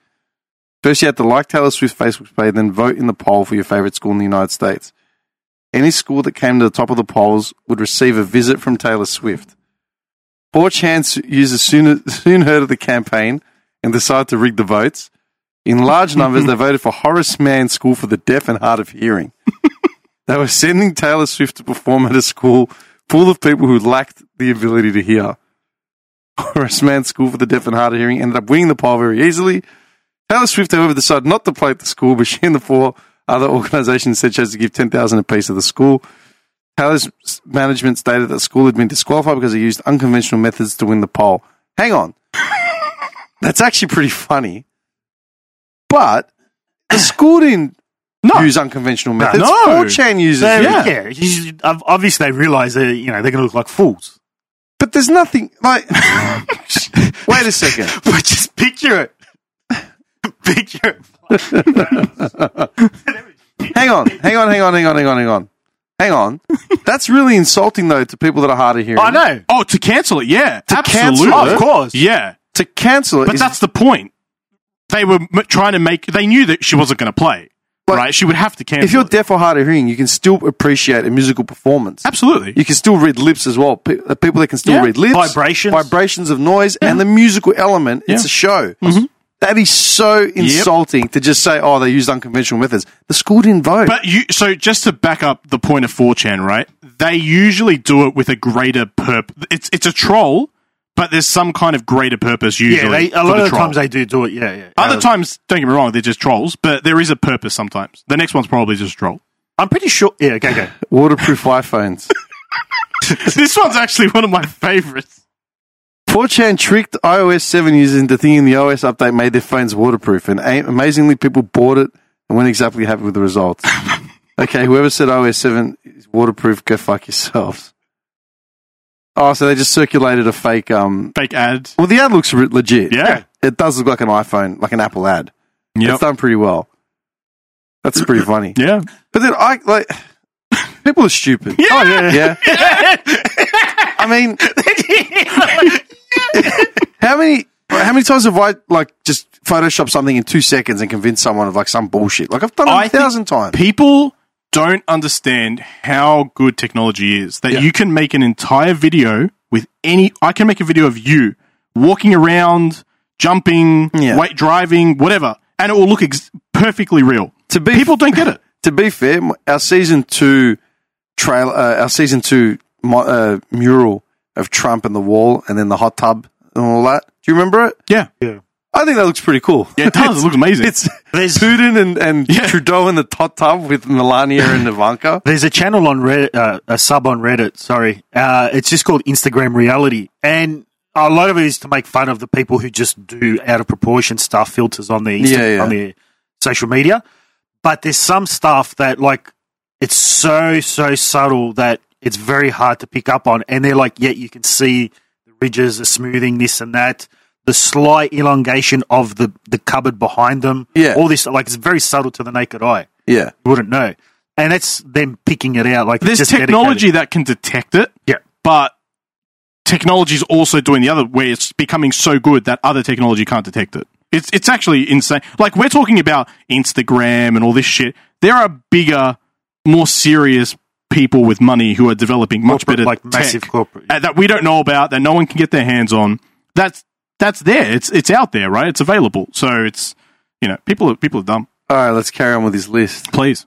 First, you had to like Taylor Swift's Facebook page, then vote in the poll for your favorite school in the United States. Any school that came to the top of the polls would receive a visit from Taylor Swift. 4chan users soon, soon heard of the campaign and decided to rig the votes. In large numbers, they voted for Horace Mann School for the Deaf and Hard of Hearing. they were sending Taylor Swift to perform at a school full of people who lacked the ability to hear. Horace Mann School for the Deaf and Hard of Hearing ended up winning the poll very easily. Taylor Swift, however, decided not to play at the school, but she and the four other organizations said she has to give 10000 apiece to the school. Taylor's management stated that the school had been disqualified because it used unconventional methods to win the poll. Hang on. That's actually pretty funny. But the school didn't No. use unconventional methods. No. 4chan uses So, it. Yeah. yeah, you- ob- obviously they realize they you know they're going to look like fools. But there's nothing like. Wait a second. But just picture it, picture it. Hang on. Hang on. Hang on. Hang on. Hang on. Hang on. Hang on. That's really insulting, though, to people that are hard of hearing. I know. Oh, to cancel it. Yeah. cancel absolutely. it? Of course. Yeah. To cancel it But is- that's the point. They were m- trying to make. They knew that she wasn't going to play. Like, right. She would have to cancel. if you're it. deaf or hard of hearing, you can still appreciate a musical performance. absolutely. You can still read lips as well. Pe- uh, people that can still Yeah. read lips, Vibrations. vibrations of noise, and the musical element. It's Yeah. Mm-hmm. a show. That is so insulting to just say, "Oh, they used unconventional methods." The school didn't vote. But you, so just to back up the point of 4chan, right? They usually do it with a greater purpose. It's it's a troll, but there's some kind of greater purpose Yeah, usually. they, a for lot the of the troll. times they do do it. Yeah, yeah. Uh, Other times, don't get me wrong, they're just trolls, but there is a purpose sometimes. The next one's probably just a troll. I'm pretty sure. Yeah, okay, okay. Waterproof iPhones. this one's actually one of my favorites. 4chan tricked iOS 7 users into thinking the OS update made their phones waterproof, and a- amazingly, people bought it and weren't exactly happy with the results. okay, whoever said iOS 7 is waterproof, go fuck yourselves. Oh, so they just circulated a fake. Um, Fake ads. well, the ad looks re- legit. Yeah. it does look like an iPhone, like an Apple ad. Yep. It's done pretty well. That's pretty funny. Yeah. But then I like people are stupid. Yeah. yeah. I mean, how many how many times have I like just Photoshop something in two seconds and convince someone of like some bullshit? Like I've done it I a think- thousand times. People don't understand how good technology is. That Yeah. you can make an entire video with any. I can make a video of you walking around, jumping, Yeah. weight driving, whatever, and it will look ex- perfectly real. To be People don't get it. to be fair, m- our season two trail, uh, our season two mo- uh, mural of Trump and the wall, and then the hot tub and all that. Do you remember it? Yeah. Yeah. I think that looks pretty cool. Yeah, it does. It looks amazing. It's There's Putin and, and Yeah. Trudeau in the hot tub with Melania and Ivanka. There's a channel on Reddit, uh, a sub on Reddit. Sorry, uh, it's just called Instagram Reality, and a lot of it is to make fun of the people who just do out of proportion stuff filters on their Insta- Yeah, yeah. on their social media. But there's some stuff that like it's so so subtle that it's very hard to pick up on. And they're like, yeah, you can see the ridges, the smoothing, this and that, the slight elongation of the, the cupboard behind them. Yeah. All this, like, it's very subtle to the naked eye. Yeah. You wouldn't know. And that's them picking it out. Like, There's just technology that can detect it, Dedicated. Yeah. but technology is also doing the other where it's becoming so good that other technology can't detect it. It's it's actually insane. Like we're talking about Instagram and all this shit. There are bigger, more serious people with money who are developing much Corporate, better like tech massive corporate. uh, that we don't know about that no one can get their hands on. That's that's there. It's it's out there, right? It's available. So it's you know people are, people are dumb. All right, let's carry on with this list. Please.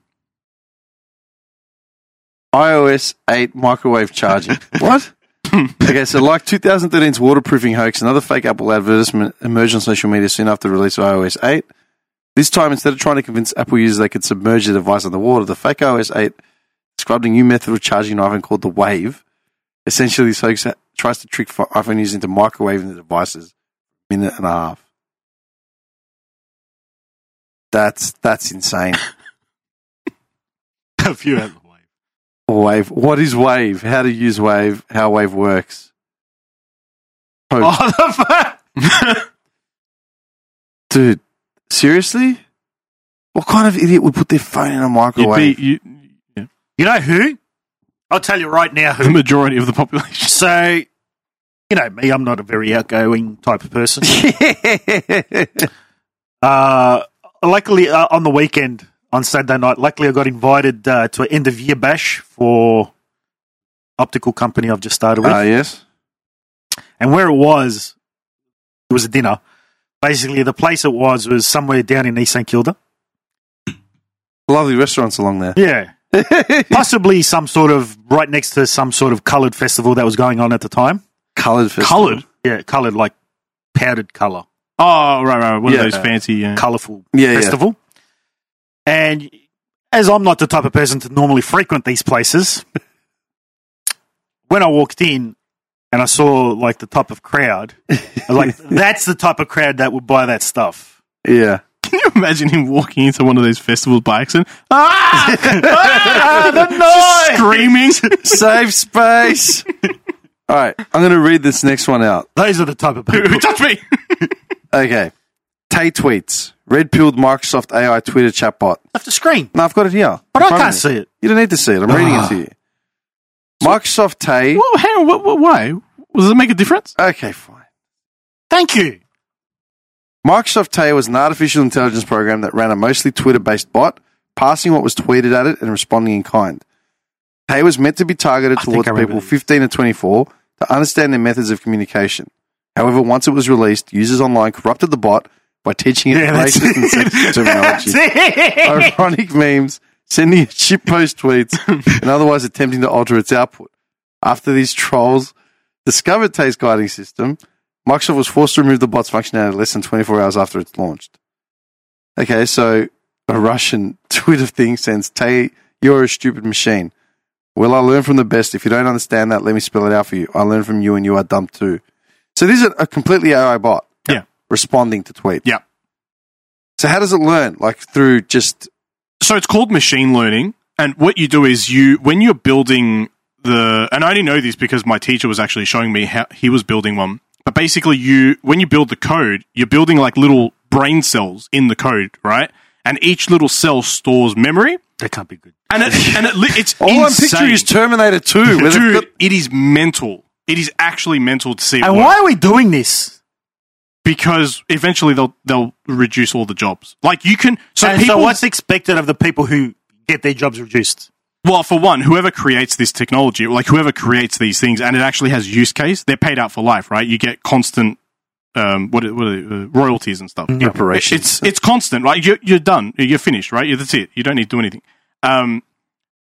iOS 8 microwave charging. what? okay, so like 2013's waterproofing hoax, another fake Apple advertisement emerged on social media soon after the release of iOS 8. This time, instead of trying to convince Apple users they could submerge their device under water, the fake iOS 8 described a new method of charging an iPhone called the Wave. Essentially, this hoax tries to trick iPhone users into microwaving the devices a minute and a half. That's that's insane. Have you had the wave? Wave. What is Wave? How to use Wave? How Wave works? Oh, the fuck? Dude, seriously? What kind of idiot would put their phone in a You'd microwave? be- you- yeah. You know who? I'll tell you right now the who. majority of the population. So, you know me, I'm not a very outgoing type of person. Uh, luckily, uh, on the weekend, on Saturday night, luckily I got invited uh, to an end of year bash for optical company I've just started with. Ah, yes. and where it was, it was a dinner. Basically, the place it was was somewhere down in East St Kilda. Lovely restaurants along there. Yeah. Possibly some sort of right next to some sort of coloured festival that was going on at the time. Coloured festival. Coloured. Yeah, coloured like powdered colour, Oh, right, right. One Yeah. of those fancy. Uh, colourful Yeah, yeah. festival. And as I'm not the type of person to normally frequent these places, when I walked in and I saw like the type of crowd, I was like, that's the type of crowd that would buy that stuff. Yeah. can you imagine him walking into one of those festivals by accident? Ah! ah the noise! Screaming. Save space. All right, I'm going to read this next one out. Those are the type of Who people. touched me? Okay. Tay tweets. Red peeled Microsoft AI Twitter chatbot. off the screen. No, I've got it here. But In I front of can't me. see it. You don't need to see Ah. it. I'm reading it to you. Microsoft Tay. well, hang on. What, what, why? Does it make a difference? Okay, fine. Thank you. Microsoft Tay was an artificial intelligence program that ran a mostly Twitter based bot, passing what was tweeted at it and responding in kind. Tay was meant to be targeted think towards I remember people this. 15 and 24 to understand their methods of communication. However, once it was released, users online corrupted the bot by teaching it Yeah, that's racist and sexist terminology, ironic memes, sending it shitpost tweets, and otherwise attempting to alter its output. After these trolls discovered Tay's guiding system, Microsoft was forced to remove the bot's functionality less than 24 hours after it's launched. Okay, so a Russian Twitter thing sends Tay, you're a stupid machine. Well, I learn from the best. If you don't understand that, let me spell it out for you. I learn from you and you are dumb too. So this is a completely AI bot. Yeah. Responding to tweets. Yeah. So how does it learn? Like through just so it's called machine learning and what you do is you when you're building the and i only know this because my teacher was actually showing me how he was building one but basically you when you build the code you're building like little brain cells in the code right and each little cell stores memory that can't be good. and it and it li- it's all I'm insane. picturing is Terminator Two. Where they've dude got, it is mental it is actually mental to see it And work. why are we doing this? because eventually they'll they'll reduce all the jobs like you can so And people so, what's expected of the people who get their jobs reduced? Well, for one, whoever creates this technology, like whoever creates these things, and it actually has use case, they're paid out for life, right? You get constant, um, what, are- what are they, uh, royalties and Mm-hmm. stuff. It- Reparations. It's it's constant, right? You're, you're done. You're finished, right? That's it. You don't need to do anything. Um,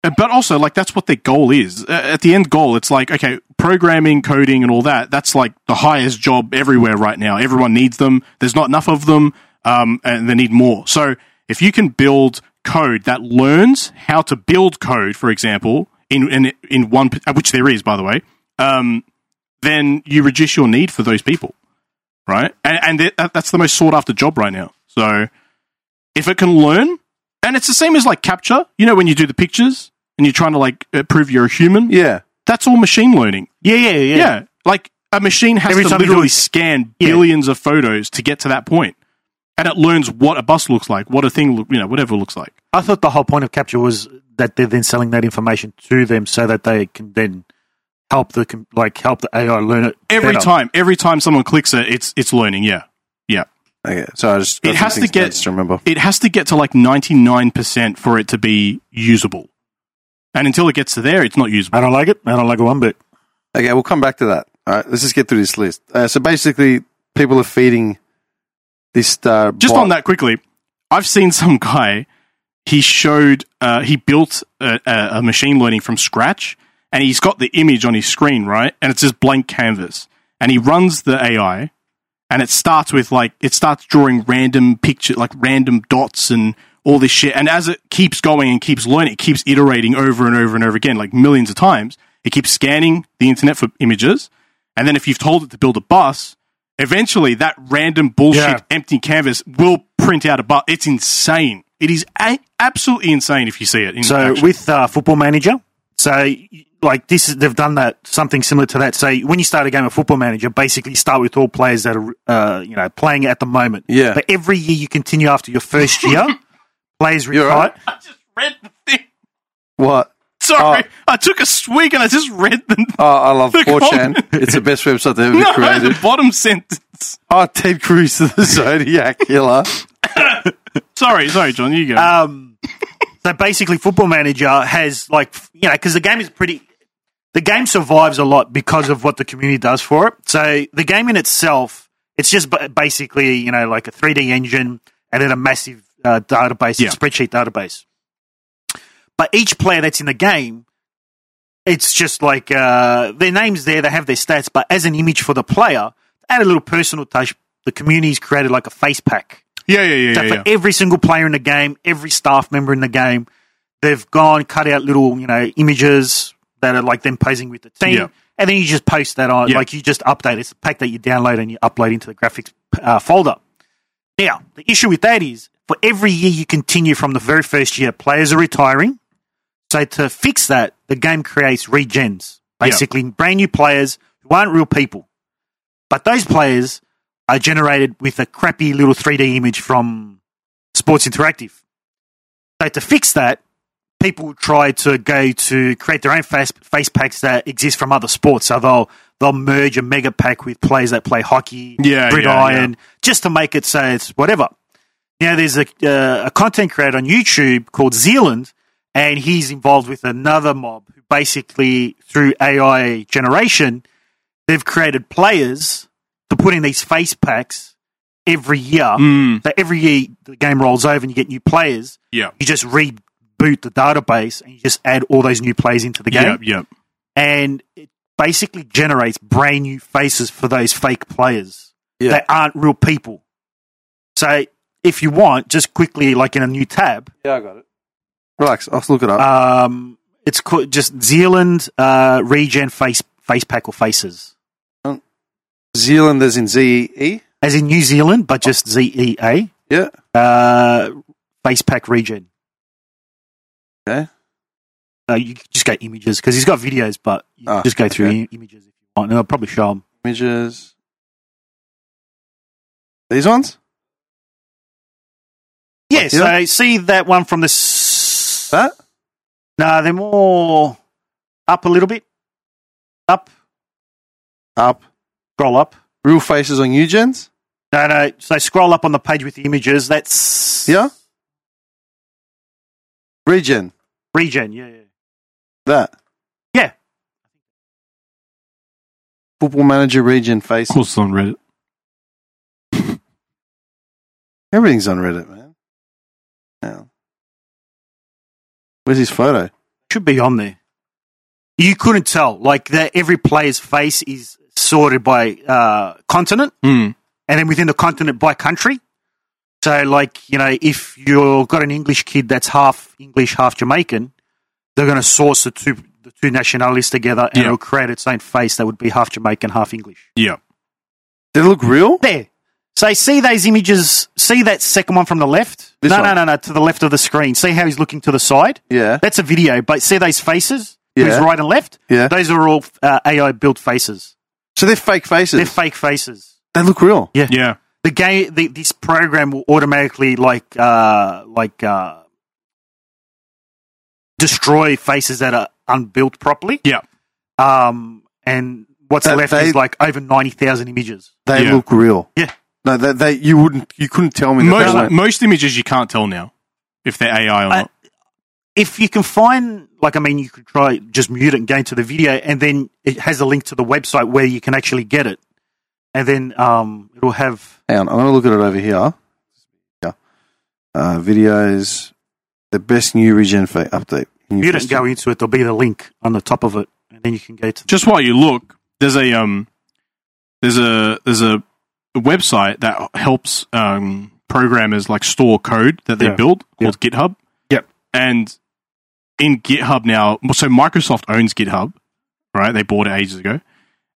uh, but also, like that's what their goal is. Uh, At the end goal, it's like okay, programming, coding, and all that. That's like the highest job everywhere right now. Everyone needs them. There's not enough of them, um, and they need more. So if you can build code that learns how to build code, for example, in in in one uh, which there is, by the way, um, then you reduce your need for those people right? And, and that- that, that's the most sought after job right now. So if it can learn, and it's the same as like capture, you know, when you do the pictures and you're trying to like uh, prove you're a human, Yeah. that's all machine learning. Yeah, yeah, yeah. Yeah. Like a machine has Every to time you do literally it- scan Yeah. billions of photos to get to that point. And it learns what a bus looks like, what a thing look, you know, whatever it looks like. I thought the whole point of capture was that they're then selling that information to them so that they can then help the com- like help the AI learn it Every better. time, every time someone clicks it, it's it's learning, yeah. Yeah. Okay. So I just It that's has the to things get- just remember. It has to get to like 99% for it to be usable. And until it gets to there, it's not usable. I don't like it. I don't like it one bit. Okay, we'll come back to that. All right, let's just get through this list. Uh, so basically, people are feeding this. Uh, Just bot- on that quickly, I've seen some guy. He showed uh, he built a, a, a machine learning from scratch, and he's got the image on his screen, right? And it's just blank canvas, and he runs the AI, and it starts with like it starts drawing random picture, like random dots and all this shit. And as it keeps going and keeps learning, it keeps iterating over and over and over again, like millions of times. It keeps scanning the internet for images, and then if you've told it to build a bus, eventually that random bullshit Yeah. empty canvas will print out a bus. It's insane. It is a- absolutely insane if you see it. In So action. with uh, Football Manager, so y- like this is they've done that something similar to that. So when you start a game of Football Manager, basically start with all players that are uh, you know playing at the moment. Yeah. But every year you continue after your first year, players You're retire. right. I just read the thing. What? Sorry, Oh. I took a swig and I just read the, Oh, I love The 4chan. It's the best website they've ever Oh, no, created. the bottom sentence. Oh, Ted Cruz to the Zodiac Killer. Sorry, sorry, John. You go. Um, so basically, Football Manager has like f- you know because the game is pretty. The game survives a lot because of what the community does for it. So the game in itself, it's just ba- basically you know like a 3D engine and then a massive uh, database, Yeah. spreadsheet database. But each player that's in the game, it's just like uh, their names there. They have their stats, but as an image for the player, add a little personal touch. The community's created like a face pack. yeah, yeah, yeah, So yeah. yeah. for every single player in the game, every staff member in the game, they've gone cut out little you know images that are like them posing with the team, Yeah. and then you just post that on Yeah. like you just update. It's a pack that you download and you upload into the graphics uh, folder. Now the issue with that is for every year you continue from the very first year, players are retiring. So to fix that, the game creates regens, Yeah. basically brand new players who aren't real people, but those players are generated with a crappy little 3D image from Sports Interactive. So to fix that, people try to go to create their own face, face packs that exist from other sports. So they'll they'll merge a mega pack with players that play hockey, Yeah, gridiron, just to make it so it's whatever. Now there's a uh, a content creator on YouTube called Zealand, and he's involved with another mob who basically through AI generation, they've created players to put in these face packs every year. Mm, So every year the game rolls over and you get new players yeah, you just reboot the database and you just add all those new plays into the game yeah, yeah. and it basically generates brand new faces for those fake players Yeah. that aren't real people so if you want just quickly like in a new tab Yeah, I got it. Relax. I'll look Uh, it up. um, it's called just zealand uh, regen face face pack or faces Zealand is in Z-E? as in new zealand but just E zea Yeah. uh, face pack regen Okay. uh, you can just go images because he's got videos but you can Ah, just go through okay. i- images if you want and i'll probably show them Images. These ones? Yeah, you so see that one from the. S- That? No, they're more up a little bit. Up, Up. scroll up. Real faces on Eugens? No, no. So scroll up on the page with the images. That's Yeah. Regen. regen. Yeah, yeah. That. Yeah. Football manager regen Of faces. course, it's on Reddit. Everything's on Reddit, man. Yeah. Where's his photo? should be on there. You couldn't tell. Like that, every player's face is sorted by uh, continent, Mm. and then within the continent by country. So, like you know, if you've got an English kid that's half English, half Jamaican, they're going to source the two the two nationalities together, and Yeah. it'll create its own face that would be half Jamaican, half English. Yeah, Did it look real? There. So see those images. See that second one from the left. This no, no, one. no, no. To the left of the screen. See how he's looking to the side. Yeah. That's a video. But see those faces. Who's Yeah. right and left? Yeah. Those are all uh, AI built faces. So they're fake faces. They're fake faces. they look real. Yeah. The game. The, this program will automatically like uh, like uh, destroy faces that are unbuilt properly. Yeah. Um, and what's That left they- is like over ninety thousand images. They Yeah. look real. Yeah. No, they, they you wouldn't you couldn't tell me that they Most, weren't. most images you can't tell now if they're AI or I- not. if you can find, like, I mean, you could try just mute it and go into the video, and then it has a link to the website where you can actually get it, and then um, it'll have Hang on, I'm going to look at it over here. Yeah. Uh, videos, the best new regen fa- update. New mute it and feature. go into it. There'll be the link on the top of it, and then you can go to. Just while you look, there's a um, there's a there's a website that helps um, programmers like store code that they Yeah. build called GitHub. Yep. And in GitHub now, so Microsoft owns GitHub, right? They bought it ages ago,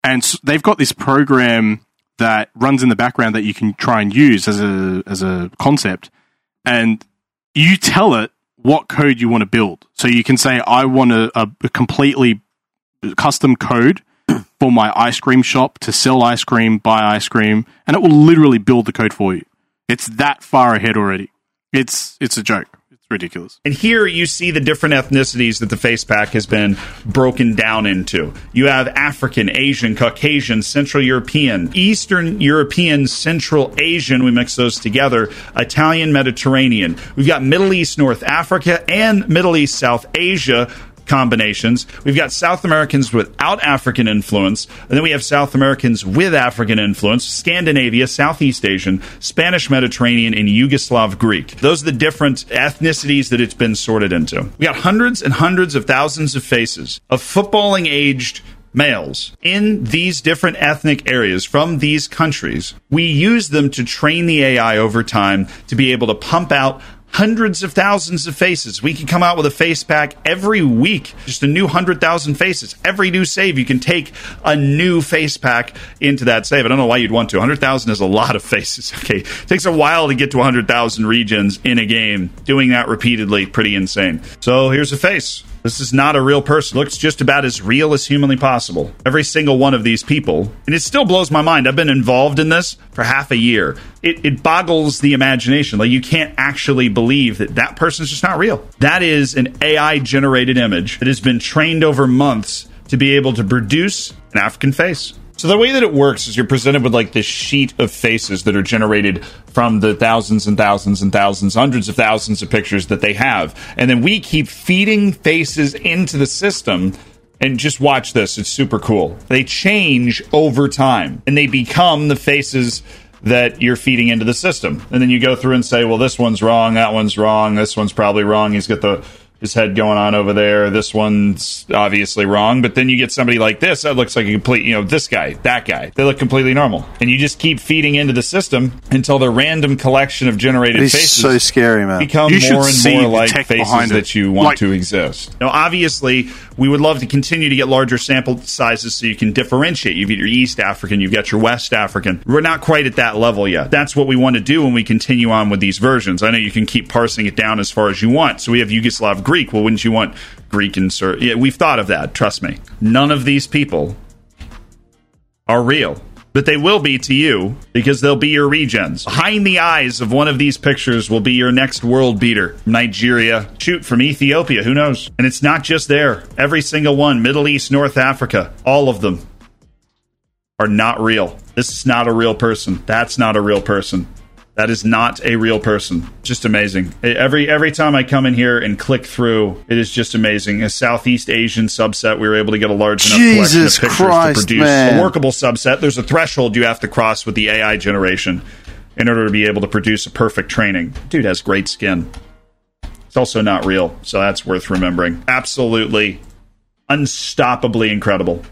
and s they've got this program that runs in the background that you can try and use as a as a concept, and you tell it what code you want to build. So you can say, I want a, a, a completely custom code for my ice cream shop to sell ice cream, buy ice cream, and it will literally build the code for you. It's that far ahead already. It's it's a joke. It's ridiculous. And here you see the different ethnicities that the face pack has been broken down into. You have African, Asian, Caucasian, Central European, Eastern European, Central Asian, we mix those together, Italian, Mediterranean. We've got Middle East, North Africa, and Middle East, South Asia combinations. We've got South Americans without African influence, and then we have South Americans with African influence, Scandinavia, Southeast Asian, Spanish Mediterranean, and Yugoslav Greek. Those are the different ethnicities that it's been sorted into. We got hundreds and hundreds of thousands of faces of footballing aged males in these different ethnic areas from these countries. We use them to train the AI over time to be able to pump out hundreds of thousands of faces. We can come out with a face pack every week, just a new 100,000 faces. Every new save, you can take a new face pack into that save. I don't know why you'd want to. 100,000 is a lot of faces. Okay. It takes a while to get to 100,000 regions in a game. Doing that repeatedly, pretty insane. So here's a face. This is not a real person. Looks just about as real as humanly possible. Every single one of these people. And it still blows my mind. I've been involved in this for half a year. It, it boggles the imagination. Like, you can't actually believe that that person's just not real. That is an AI generated image that has been trained over months to be able to produce an African face. So the way that it works is you're presented with like this sheet of faces that are generated from the thousands and thousands and thousands, hundreds of thousands of pictures that they have. And then we keep feeding faces into the system. And just watch this, it's super cool. They change over time and they become the faces that you're feeding into the system. And then you go through and say, well, this one's wrong, that one's wrong, this one's probably wrong. He's got the his head going on over there. This one's obviously wrong. But then you get somebody like this that looks like a complete, you know, this guy, that guy. They look completely normal. And you just keep feeding into the system until the random collection of generated It's faces so scary, man. become You should more and see more the like tech faces behind it. that you want Like- to exist. Now, obviously, we would love to continue to get larger sample sizes so you can differentiate. You've got your East African, you've got your West African. We're not quite at that level yet. That's what we want to do when we continue on with these versions. I know you can keep parsing it down as far as you want. So we have Yugoslav Greek. Well, wouldn't you want Greek insert? Yeah, we've thought of that. Trust me. None of these people are real. But they will be to you because they'll be your regens. Behind the eyes of one of these pictures will be your next world beater. From Nigeria, shoot, from Ethiopia, who knows? And it's not just there. Every single one, Middle East, North Africa, all of them are not real. This is not a real person. That's not a real person. That is not a real person. Just amazing. E, Every every time I come in here and click through, it is just amazing. A Southeast Asian subset, we were able to get a large enough collection of Jesus pictures Christ, to produce man. a workable subset. There's a threshold you have to cross with the AI generation in order to be able to produce a perfect training. Dude has great skin. It's also not real, so that's worth remembering. Absolutely unstoppably incredible.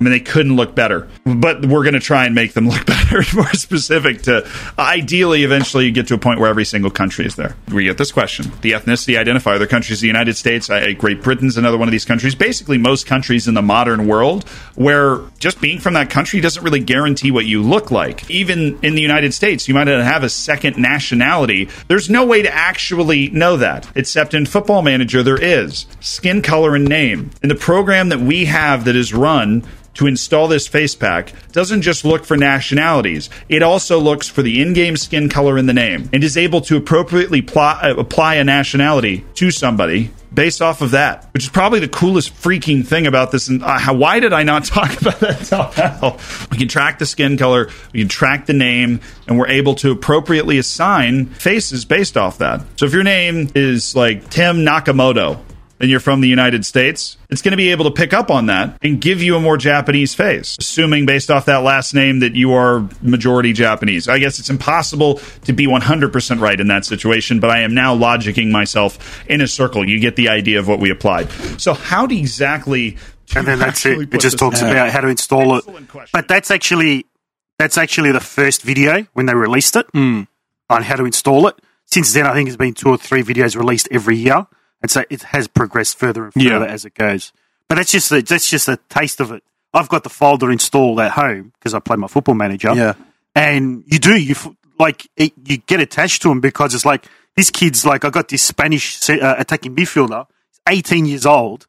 I mean, they couldn't look better, but we're going to try and make them look better, more specific to ideally, eventually, you get to a point where every single country is there. We get this question the ethnicity identifier, other countries, the United States, I, Great Britain's another one of these countries, basically, most countries in the modern world where just being from that country doesn't really guarantee what you look like. Even in the United States, you might not have a second nationality. There's no way to actually know that, except in Football Manager, there is skin color and name. And the program that we have that is run to install this face pack doesn't just look for nationalities, it also looks for the in game skin color in the name and is able to appropriately pl- apply a nationality to somebody based off of that, which is probably the coolest freaking thing about this. And uh, how, why did I not talk about that until now? We can track the skin color, we can track the name, and we're able to appropriately assign faces based off that. So if your name is like Tim Nakamoto, and you're from the United States, it's going to be able to pick up on that and give you a more Japanese face, assuming based off that last name that you are majority Japanese. I guess it's impossible to be 100% right in that situation, but I am now logicking myself in a circle. You get the idea of what we applied. So, how do exactly. do and then you that's actually it. It put just this talks in? about how to install it. Excellent question. But that's actually that's actually the first video when they released it on how to install it. Since then, I think there's been two or three videos released every year, and so it has progressed further and Yeah. further as it goes. But that's just the, that's just a taste of it. I've got the folder installed at home because I play my football manager. Yeah. and you do you f- like it, you get attached to him because it's like this kid's like I got this Spanish se- uh, attacking midfielder, he's 18 years old,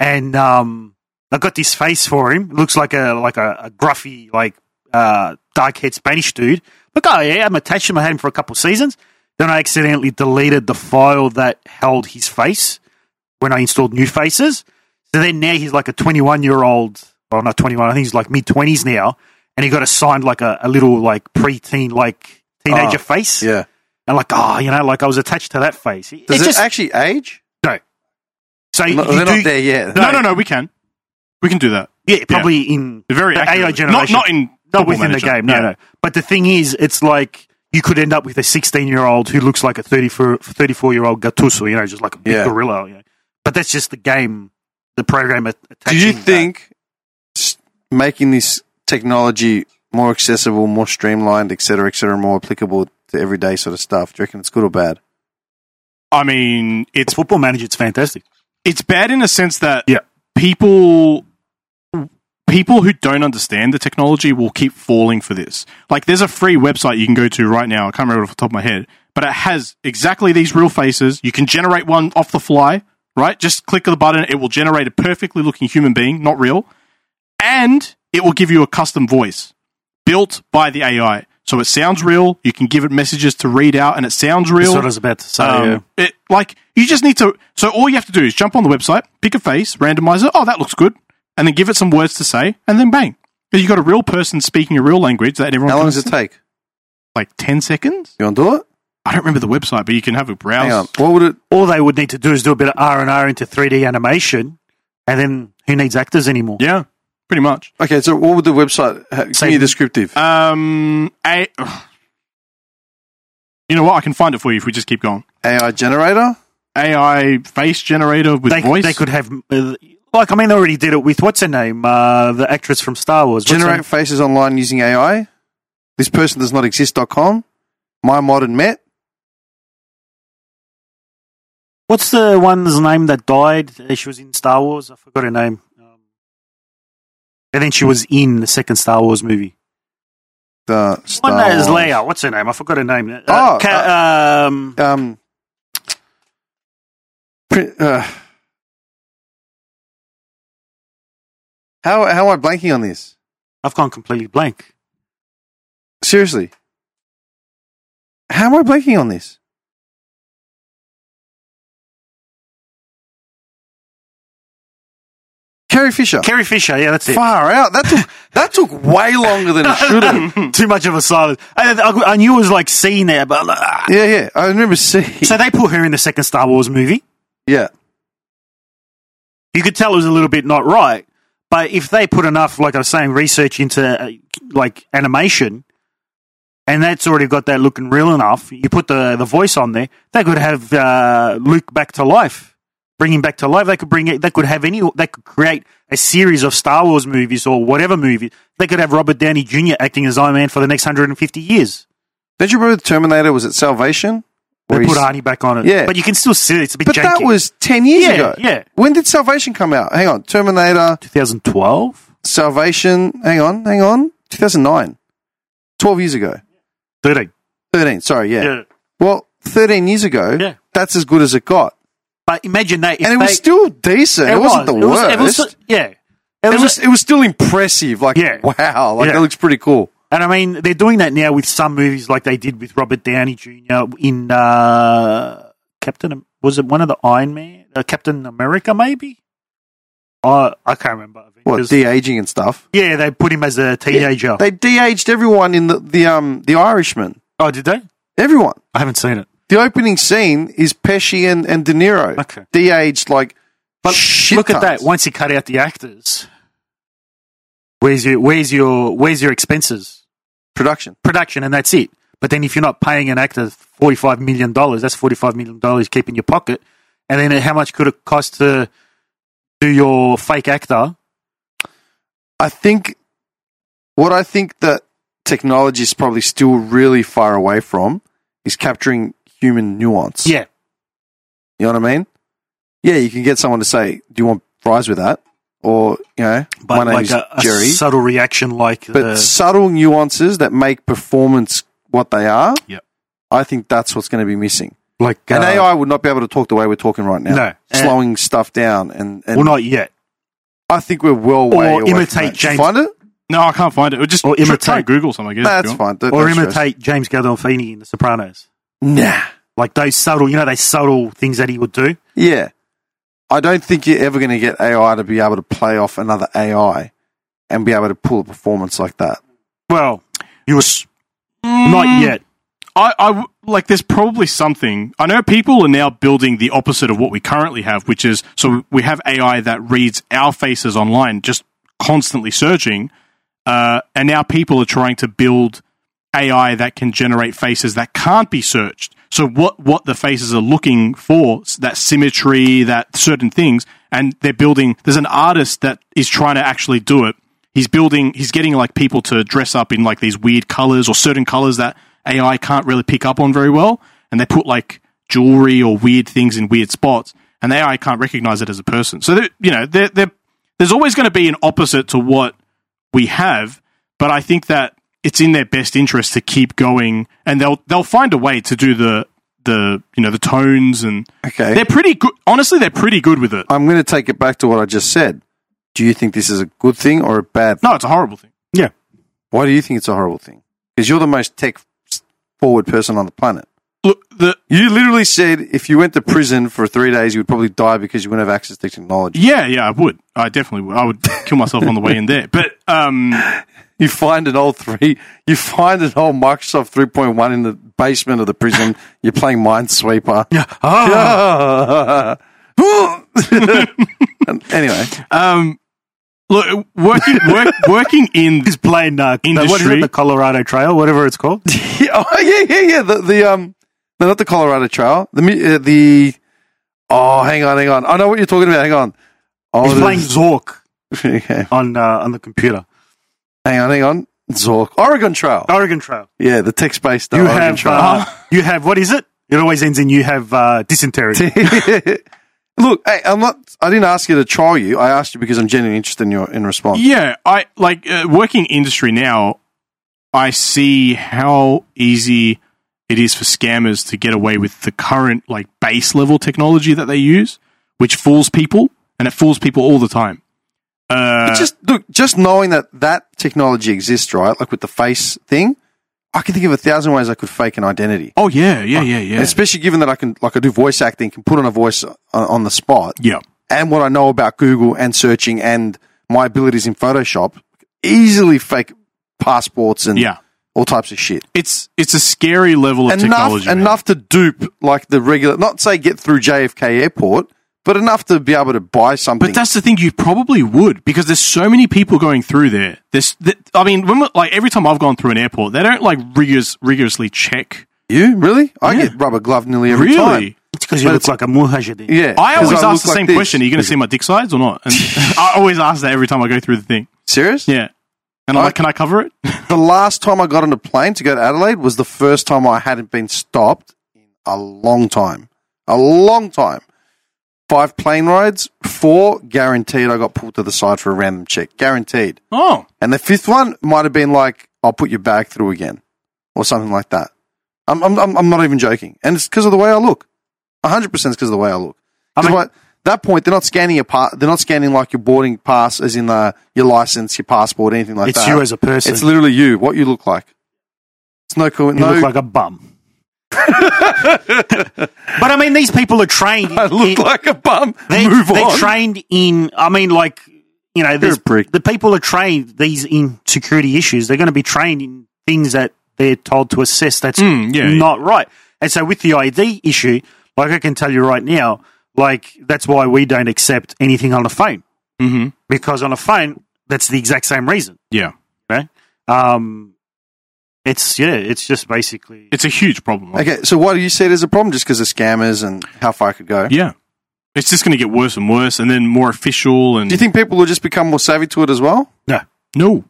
and um, I got this face for him. Looks like a like a, a gruffy, like uh, dark haired Spanish dude. Look, oh yeah, I'm attached to him. I had him for a couple of seasons. Then I accidentally deleted the file that held his face when I installed new faces. So then now he's like a 21 year old, well, not 21, I think he's like mid 20s now. And he got assigned like a, a little like preteen, like teenager Ah, face. Yeah. And like, oh, you know, like I was attached to that face. It- Does it's it just, actually age? no. So you, No, you they're do, not there yet. No, no, no. We can. We can do that. yeah, probably in Very the AI accurately. generation. Not, not in not Football within Manager. the game. No, Yeah. no. But the thing is, it's like you could end up with a 16 year old who looks like a 34 year old Gattuso, you know, just like a big Yeah. gorilla. You know. But that's just the game, the program at- Do attaching. you that. think s- making this technology more accessible, more streamlined, et cetera, et cetera, more applicable to everyday sort of stuff, do you reckon it's good or bad? I mean, it's It's football manager. It's fantastic. it's bad in a sense that Yeah. people people who don't understand the technology will keep falling for this. Like there's a free website you can go to right now. I can't remember off the top of my head, but it has exactly these real faces. You can generate one off the fly, right? Just click the button, it will generate a perfectly looking human being, not real, and it will give you a custom voice built by the AI. So it sounds real. You can give it messages to read out, and it sounds real. That's what I was about to say. yeah. Um, it, like you just need to. So all you have to do is jump on the website, pick a face, randomize it. Oh, that looks good, and then give it some words to say, and then bang, you got a real person speaking a real language that everyone. How can long does it listen- take? Like ten seconds. You want to do it? I don't remember the website, but you can have a browse. Hang on. What would it? All they would need to do is do a bit of R and R into 3D animation, and then who needs actors anymore? Yeah, pretty much. Okay, so what would the website? ha- Give Same. me a descriptive. Um, I. You know what? I can find it for you if we just keep going. AI generator. AI face generator with they, voice. they could have uh, like I mean they already did it with what's her name, uh, the actress from Star Wars. What's her Generate name? faces online using AI. This person does not exist.com. My modern met. What's the one's name that died? Uh, She was in Star Wars. I forgot her name. Um, and then she was in the second Star Wars movie. The One Star that is Wars. Leia. What's her name? I forgot her name. Uh, Oh, Ca- um, Um. print- uh, how how am I blanking on this? I've gone completely blank. Seriously. How am I blanking on this? Carrie Fisher. Carrie Fisher. Yeah, that's it. Far out. That took, that took way longer than it should have. Too much of a silence. I, I, I knew it was like C there, but uh, Yeah, yeah. I remember seeing. so they put her in the second Star Wars movie. yeah. you could tell it was a little bit not right. But if they put enough, like I was saying, research into uh, like animation, and that's already got that looking real enough, you put the the voice on there, they could have uh, Luke back to life. bring him back to life. They could bring it. They could have any. They could create a series of Star Wars movies or whatever movie. They could have Robert Downey Jr. acting as Iron Man for the next 150 years. Don't you remember the Terminator? Was it Salvation? They Where put he's- Arnie back on it. Yeah. but you can still see it's a bit. but janky. that was 10 years Yeah, ago. yeah. When did Salvation come out? Hang on. Terminator, 2012, Salvation. Hang on, hang on. 2009. 12 years ago. 13. 13, sorry, yeah. Yeah. Well, 13 years ago, Yeah. that's as good as it got. But imagine that. If and it they- was still decent. It, wasn't the It was- worst. it was- yeah. It it was- was it was still impressive. Like Yeah. wow, like Yeah. that looks pretty cool. and I mean, they're doing that now with some movies, like they did with Robert Downey Jr. in uh, Captain. Was it one of the Iron Man, uh, Captain America? Maybe. I I can't remember. What Because- de aging and stuff. yeah, they put him as a teenager. They de aged everyone in the, the um the Irishman. oh, did they? Everyone. I haven't seen it. The opening scene is Pesci and, and De Niro. Okay. De aged like But shit look at that. tons. Once you cut out the actors, where's your where's your where's your expenses? production. production and that's it. But then if you're not paying an actor forty five million dollars, that's forty five million dollars keep in your pocket. And then how much could it cost to do your fake actor? I think what I think that technology is probably still really far away from is capturing human nuance. Yeah, You know what I mean? Yeah, you can get someone to say, "Do you want fries with that?" Or you know, but my name's like a, a Jerry. subtle reaction, like but the, subtle nuances that make performance what they are. Yep. I think that's what's going to be missing. like And uh, AI would not be able to talk the way we're talking right now. No. slowing stuff down, and, and well, not yet. I think we're well way Or away imitate from that. Did you James- Find it? No, I can't find it. It Just Or try- imitate. try and Google something. I guess, Nah, if that's you want. fine. Don't- Or don't stress. imitate James Gandolfini in The Sopranos, Nah. like those subtle, you know, those subtle things that he would do. Yeah. I don't think you're ever going to get AI to be able to play off another AI and be able to pull a performance like that. Well, you were not yet. I, I w- like. There's probably something. I know people are now building the opposite of what we currently have, which is so we have AI that reads our faces online, just constantly searching, uh, and now people are trying to build AI that can generate faces that can't be searched. So what what the faces are looking for s- that symmetry, that certain things, and they're building. There's an artist that is trying to actually do it. He's building. He's getting like people to dress up in like these weird colors or certain colors that AI can't really pick up on very well, and they put like jewelry or weird things in weird spots, and the AI can't recognize it as a person. So they- you know, they're, they're, there's always going to be an opposite to what we have, but I think that it's in their best interest to keep going, and they'll they'll find a way to do the the you know the tones and Okay. they're pretty good. Honestly, they're pretty good with it. I'm going to take it back to what I just said. Do you think this is a good thing or a bad thing? No, it's a horrible thing. Yeah, Why do you think it's a horrible thing? Because you're the most tech forward person on the planet. Look, the You literally said if you went to prison for three days, you would probably die because you wouldn't have access to technology. yeah, yeah, I would. I definitely would. I would kill myself on the way in there. But um, You find an old three, you find an old Microsoft 3.1 in the basement of the prison. You're playing Minesweeper. yeah. Ah, anyway, um, look, working work, working in he's playing uh, What is Industry. it, the Colorado Trail, whatever it's called? yeah, oh, yeah, yeah, yeah. The, the um, no, not the Colorado Trail. The mi- uh, the oh, hang on, hang on. I know what you're talking about. Hang on. Oh, He's playing there's- Zork okay. on uh, on the computer. Hang on, hang on. Zork, Oregon Trail. Oregon Trail. Yeah, the text based you Oregon have Trail. uh, you have what is it? It always ends in you have uh, dysentery. uh, Look, hey, I'm not. I didn't ask you to trial you. I asked you because I'm genuinely interested in your in response. Yeah, I like uh, working industry now. I see how easy it is for scammers to get away with the current like base level technology that they use, which fools people, and it fools people all the time. Uh, But just look, just knowing that that technology exists, right? Like with the face thing, I can think of a thousand ways I could fake an identity. oh yeah, Ah, yeah, yeah, yeah, Especially given that I can, like, I do voice acting, can put on a voice on, on the spot, yeah. and what I know about Google and searching and my abilities in Photoshop, easily fake passports and Yeah. all types of shit. It's it's a scary level of Enough, technology. man. enough to dupe like the regular, not say get through JFK Airport, but enough to be able to buy something. But that's the thing, you probably would because there's so many people going through there. There's, th I mean, when, we- like every time I've gone through an airport, they don't like rigorous, rigorously check you really? I get rubber gloved nearly every really? time. It's because you But look it's- like a muhajideen. Yeah. I 'cause always look ask the like same this. question. Are you going to see my dick size or not? And I always ask that every time I go through the thing. Serious? Yeah. And I'm I- like, can I cover it? The last time I got on a plane to go to Adelaide was the first time I hadn't been stopped in a long time. A long time. Five plane rides, four guaranteed I got pulled to the side for a random check. Guaranteed. oh. And the fifth one might have been like, I'll put your bag through again or something like that. I'm, I'm, I'm I'm not even joking. And it's because of the way I look. 100% it's because of the way I look. I Because mean- at that point, they're not scanning your pa- They're not scanning like your boarding pass, as in uh, your license, your passport, anything like it's that. you as a person. It's literally you, what you look like. It's no cool. you No, look like a bum. but I mean, these people are trained. I look in- like a bum. They, Move they're on. trained in. I mean, like you know, there's- a prick. the people are trained these in security issues. They're going to be trained in things that they're told to assess. That's Mm, yeah, yeah. not right. And so, with the ID issue, like I can tell you right now, like that's why we don't accept anything on the phone Mm-hmm. because on a phone, that's the exact same reason. Yeah. Right? Um, it's yeah, it's just basically It's a huge problem. right? okay, so why do you see it as a problem? Just because of scammers and how far it could go? Yeah. It's just going to get worse and worse and then more official. And Do you think people will just become more savvy to it as well? No.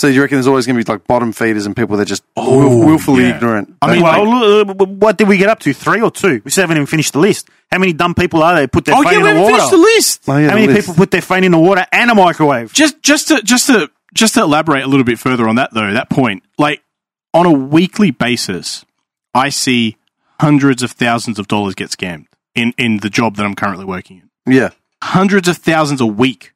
So you reckon there's always going to be like bottom feeders and people that are just Oh, wil- willfully yeah. ignorant? I mean, well, look, uh, what did we get up to? Three or two? We still haven't even finished the list. How many dumb people are there put their Oh, phone yeah, we in the haven't water? finished the list. Oh, yeah, How the many list. people put their phone in the water and a microwave? just just to just to just to elaborate a little bit further on that though that point like on a weekly basis i see hundreds of thousands of dollars get scammed in in the job that i'm currently working in Yeah, hundreds of thousands a week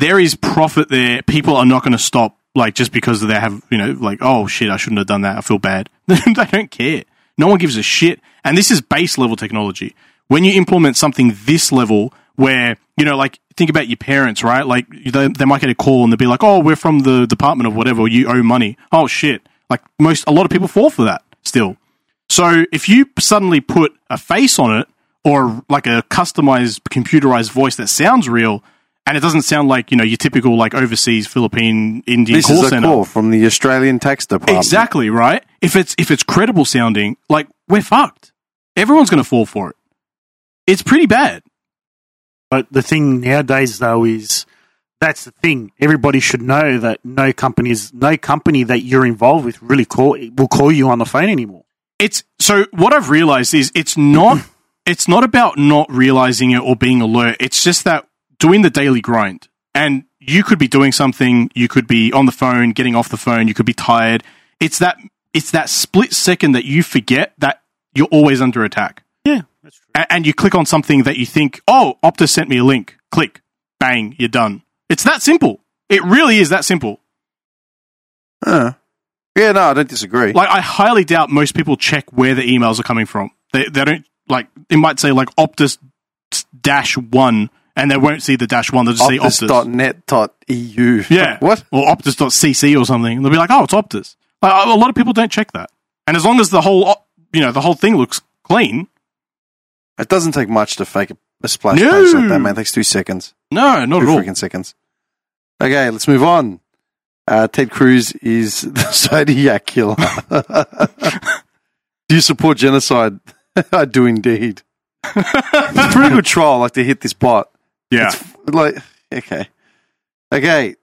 there is profit there people are not going to stop like just because they have you know like oh shit i shouldn't have done that i feel bad they don't care no one gives a shit and this is base level technology when you implement something this level where you know like think about your parents right like they, they might get a call and they'll be like oh we're from the department of whatever you owe money oh shit like most a lot of people fall for that still so if you suddenly put a face on it or like a customized computerized voice that sounds real and it doesn't sound like, you know, your typical like overseas Philippine Indian this call is a center. call from the Australian Tax Department. Exactly, right? If it's if it's credible sounding, like we're fucked. Everyone's going to fall for it. It's pretty bad. But the thing nowadays, though, is that's the thing. Everybody should know that no companies, no company that you're involved with, really call will call you on the phone anymore. it's so what I've realized is it's not it's not about not realizing it or being alert. It's just that doing the daily grind. And you could be doing something, you could be on the phone, getting off the phone, you could be tired. It's that it's that split second that you forget that you're always under attack. Yeah, that's true. A- and you click on something that you think, "Oh, Optus sent me a link." Click. Bang, you're done. It's that simple. It really is that simple. Uh, yeah, no, I don't disagree. Like, I highly doubt most people check where the emails are coming from. They, they don't, like, it might say, like, Optus dash one, and they won't see the dash one. They'll just see Optus. Optus.net.eu. yeah. E What? Or Optus.cc or something. And they'll be like, oh, it's Optus. Like, a lot of people don't check that. And as long as the whole, op- you know, the whole thing looks clean, It doesn't take much to fake a, a splash No. page like that, man. It takes two seconds. no, not Two at all. freaking seconds. Okay, let's move on. Uh, Ted Cruz is the Zodiac killer. do you support genocide? I do indeed. it's a pretty good trial, like to hit this bot. Yeah. Like, okay, okay.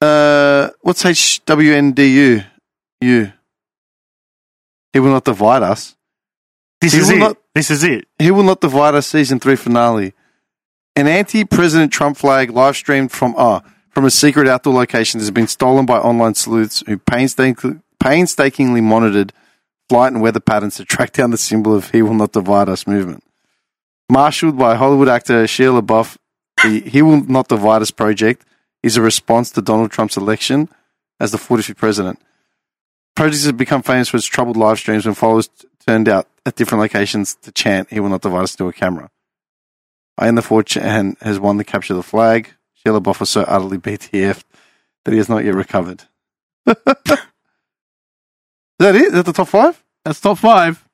Uh, what's HWNDU? You. He will not divide us. This He is will it. not- this is it. He will not divide us. Season three finale. An anti-President Trump flag live streamed from ah from a secret outdoor location has been stolen by online sleuths who painstakingly, painstakingly monitored flight and weather patterns to track down the symbol of "He will not divide us" movement. Marshaled by Hollywood actor Sheila Buff, the "He will not divide us" project is a response to Donald Trump's election as the 45th president. Project has become famous for its troubled live streams when followers t- turned out at different locations to chant, He will not divide us to a camera. I in the 4chan has won the capture of the flag. Sheila Boff was so utterly BTF that he has not yet recovered. Is that it? Is that the top five? That's top five.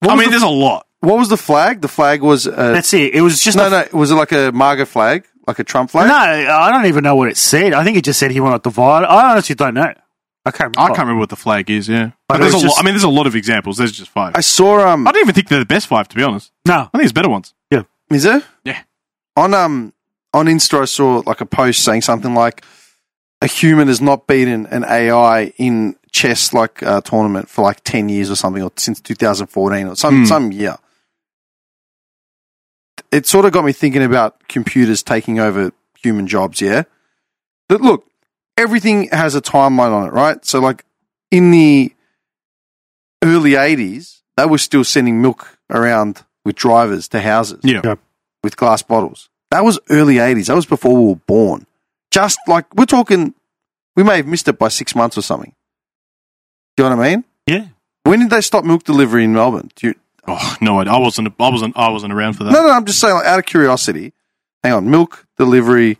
What I was mean, the- there's a lot. What was the flag? The flag was. Uh, That's it. It was just no, a- no. Was it like a MAGA flag? Like a Trump flag? No, I don't even know what it said. I think it just said he wanted to divide. I honestly don't know. I can't I remember. can't remember what the flag is. Yeah, But but it there's a was lot. just- I mean, there's a lot of examples. There's just five. I I, saw um don't even think they're the best five, to be honest. No. I think there's better ones. Is there? Yeah. On um on Insta, I saw like a post saying something like, "A human has not beaten an AI in chess like uh, tournament for like ten years or something, or since 2014 or some Hmm. some year." It sort of got me thinking about computers taking over human jobs. Yeah, but look, everything has a timeline on it, right? So, like in the early 80s, they were still sending milk around with drivers to houses Yeah, Yeah. with glass bottles. That was early 80s. That was before we were born. Just like, we're talking, we may have missed it by six months or something. Do you know what I mean? Yeah. When did they stop milk delivery in Melbourne? Do you, Oh no, I, I wasn't. I wasn't. I wasn't around for that. no, no, I'm just saying, like, out of curiosity. Hang on, milk delivery.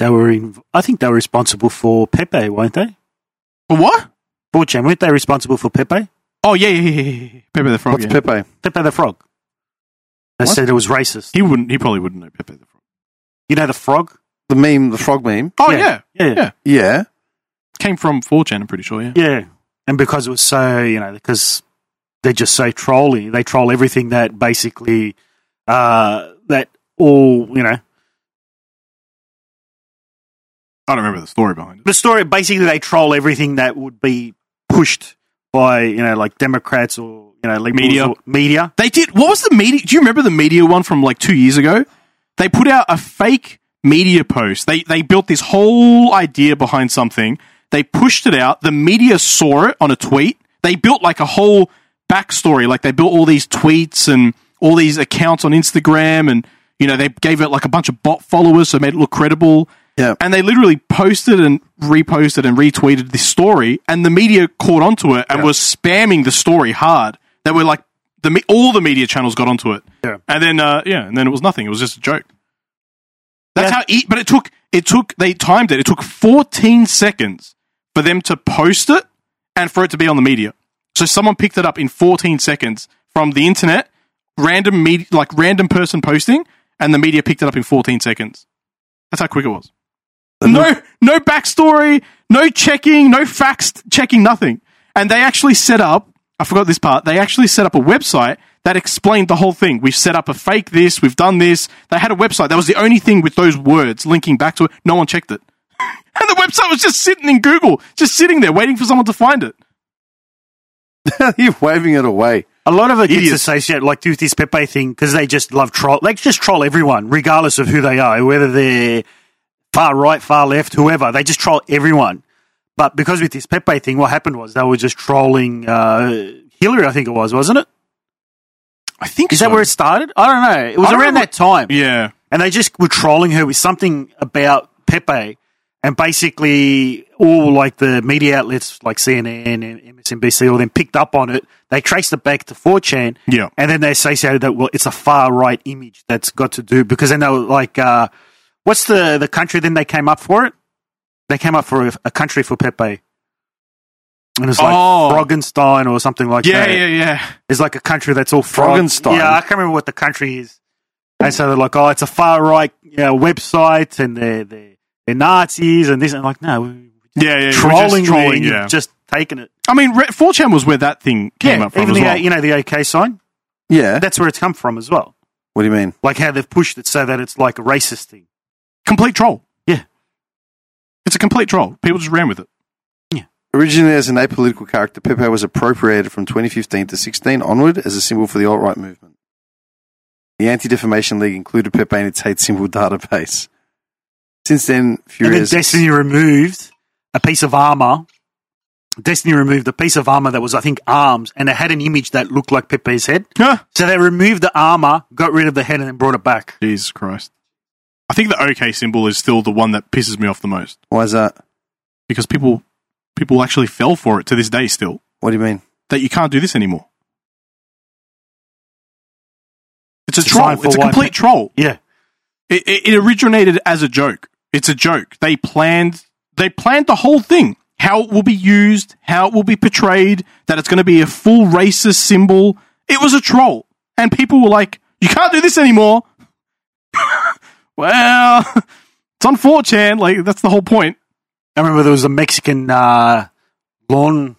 They were in, I think they were responsible for Pepe, weren't they? What? Borchan, weren't they responsible for Pepe? Oh yeah, yeah, yeah, yeah. yeah. Pepe the Frog. What's yeah. Pepe? Pepe the Frog. They What? said it was racist. He wouldn't. He probably wouldn't know Pepe the Frog. You know the frog? The meme, the frog meme. Oh yeah, Yeah. Yeah. Yeah. Yeah. Came from 4chan. I'm pretty sure. Yeah. Yeah. And because it was so, you know, because they're just so trolly, they troll everything that basically, uh, that all, you know, I don't remember the story behind it. the story basically they troll everything that would be pushed by, you know, like Democrats or, you know, liberals Media. or- media. They did. What was the media? Do you remember the media one from like two years ago? They put out a fake media post. They they built this whole idea behind something. They pushed it out. The media saw it on a tweet. They built like a whole backstory. Like they built all these tweets and all these accounts on Instagram, and you know they gave it like a bunch of bot followers, so it made it look credible. Yeah. And they literally posted and reposted and retweeted this story, and the media caught onto it and was spamming the story hard. They were like, the me- all the media channels got onto it, Yeah. and then uh, yeah, and then it was nothing. It was just a joke. That's Yeah. how. E- but it took it took they timed it. It took 14 seconds for them to post it and for it to be on the media. So someone picked it up in 14 seconds from the internet, random media, like random person posting, and the media picked it up in 14 seconds. That's how quick it was. No, no backstory, no checking, no facts checking, nothing. And they actually set up. I forgot this part. They actually set up a website that explained the whole thing. We've set up a fake this. We've done this. They had a website. That was the only thing with those words linking back to it. No one checked it, and the website was just sitting in Google, just sitting there waiting for someone to find it. You're waving it away. A lot of the kids Idiots. associate like do this Pepe thing because they just love troll. They just troll everyone, regardless of who they are, whether they're far right, far left, whoever. They just troll everyone. But because with this Pepe thing, what happened was they were just trolling uh, Hillary. I think it was, wasn't it? I think Is that where it started? I don't know. It was I don't around know that time, Yeah, and they just were trolling her with something about Pepe, and basically all like the media outlets like CNN and MSNBC all then picked up on it. They traced it back to 4chan, yeah. and then they associated that well, it's a far right image that's got to do because then they were like, uh, what's the the country? Then they came up for it. They came up for a, a country for Pepe, and it's like Oh. Frogenstein or something like Yeah, that. yeah, yeah. It's like a country that's all frog. Frogenstein? Yeah, I can't remember what the country is. And so they're like, oh, it's a far right you know, website, and they're they're they're Nazis and this. And like, no, we're Yeah, yeah. Trolling, trolling, you, trolling. and you've Yeah. just taken it. I mean, Re- 4chan was where that thing came up from even as the well. you know the OK sign. Yeah. That's where it's come from as well. What do you mean? like how they've pushed it so that it's like a racist thing. Complete troll. Yeah. It's a complete troll. People just ran with it. Originally as an apolitical character, Pepe was appropriated from 2015 to 16 onward as a symbol for the alt right movement. The Anti Defamation League included Pepe in its hate symbol database. Since then, and then Furious. Destiny removed a piece of armor. Destiny removed a piece of armor that was, I think, arms, and it had an image that looked like Pepe's head. Yeah. So they removed the armor, got rid of the head, and then brought it back. Jesus Christ. I think the OK symbol is still the one that pisses me off the most Why is that? because people people actually fell for it to this day still What do you mean? that you can't do this anymore. It's a It's a troll. sign for It's a why- complete troll. Yeah, It, it, it originated as a joke. It's a joke. They planned. They planned the whole thing. How it will be used. How it will be portrayed. That it's going to be a full racist symbol. It was a troll, and people were like, "You can't do this anymore." well, it's on 4chan. Like that's the whole point. I remember there was a Mexican uh, lawn.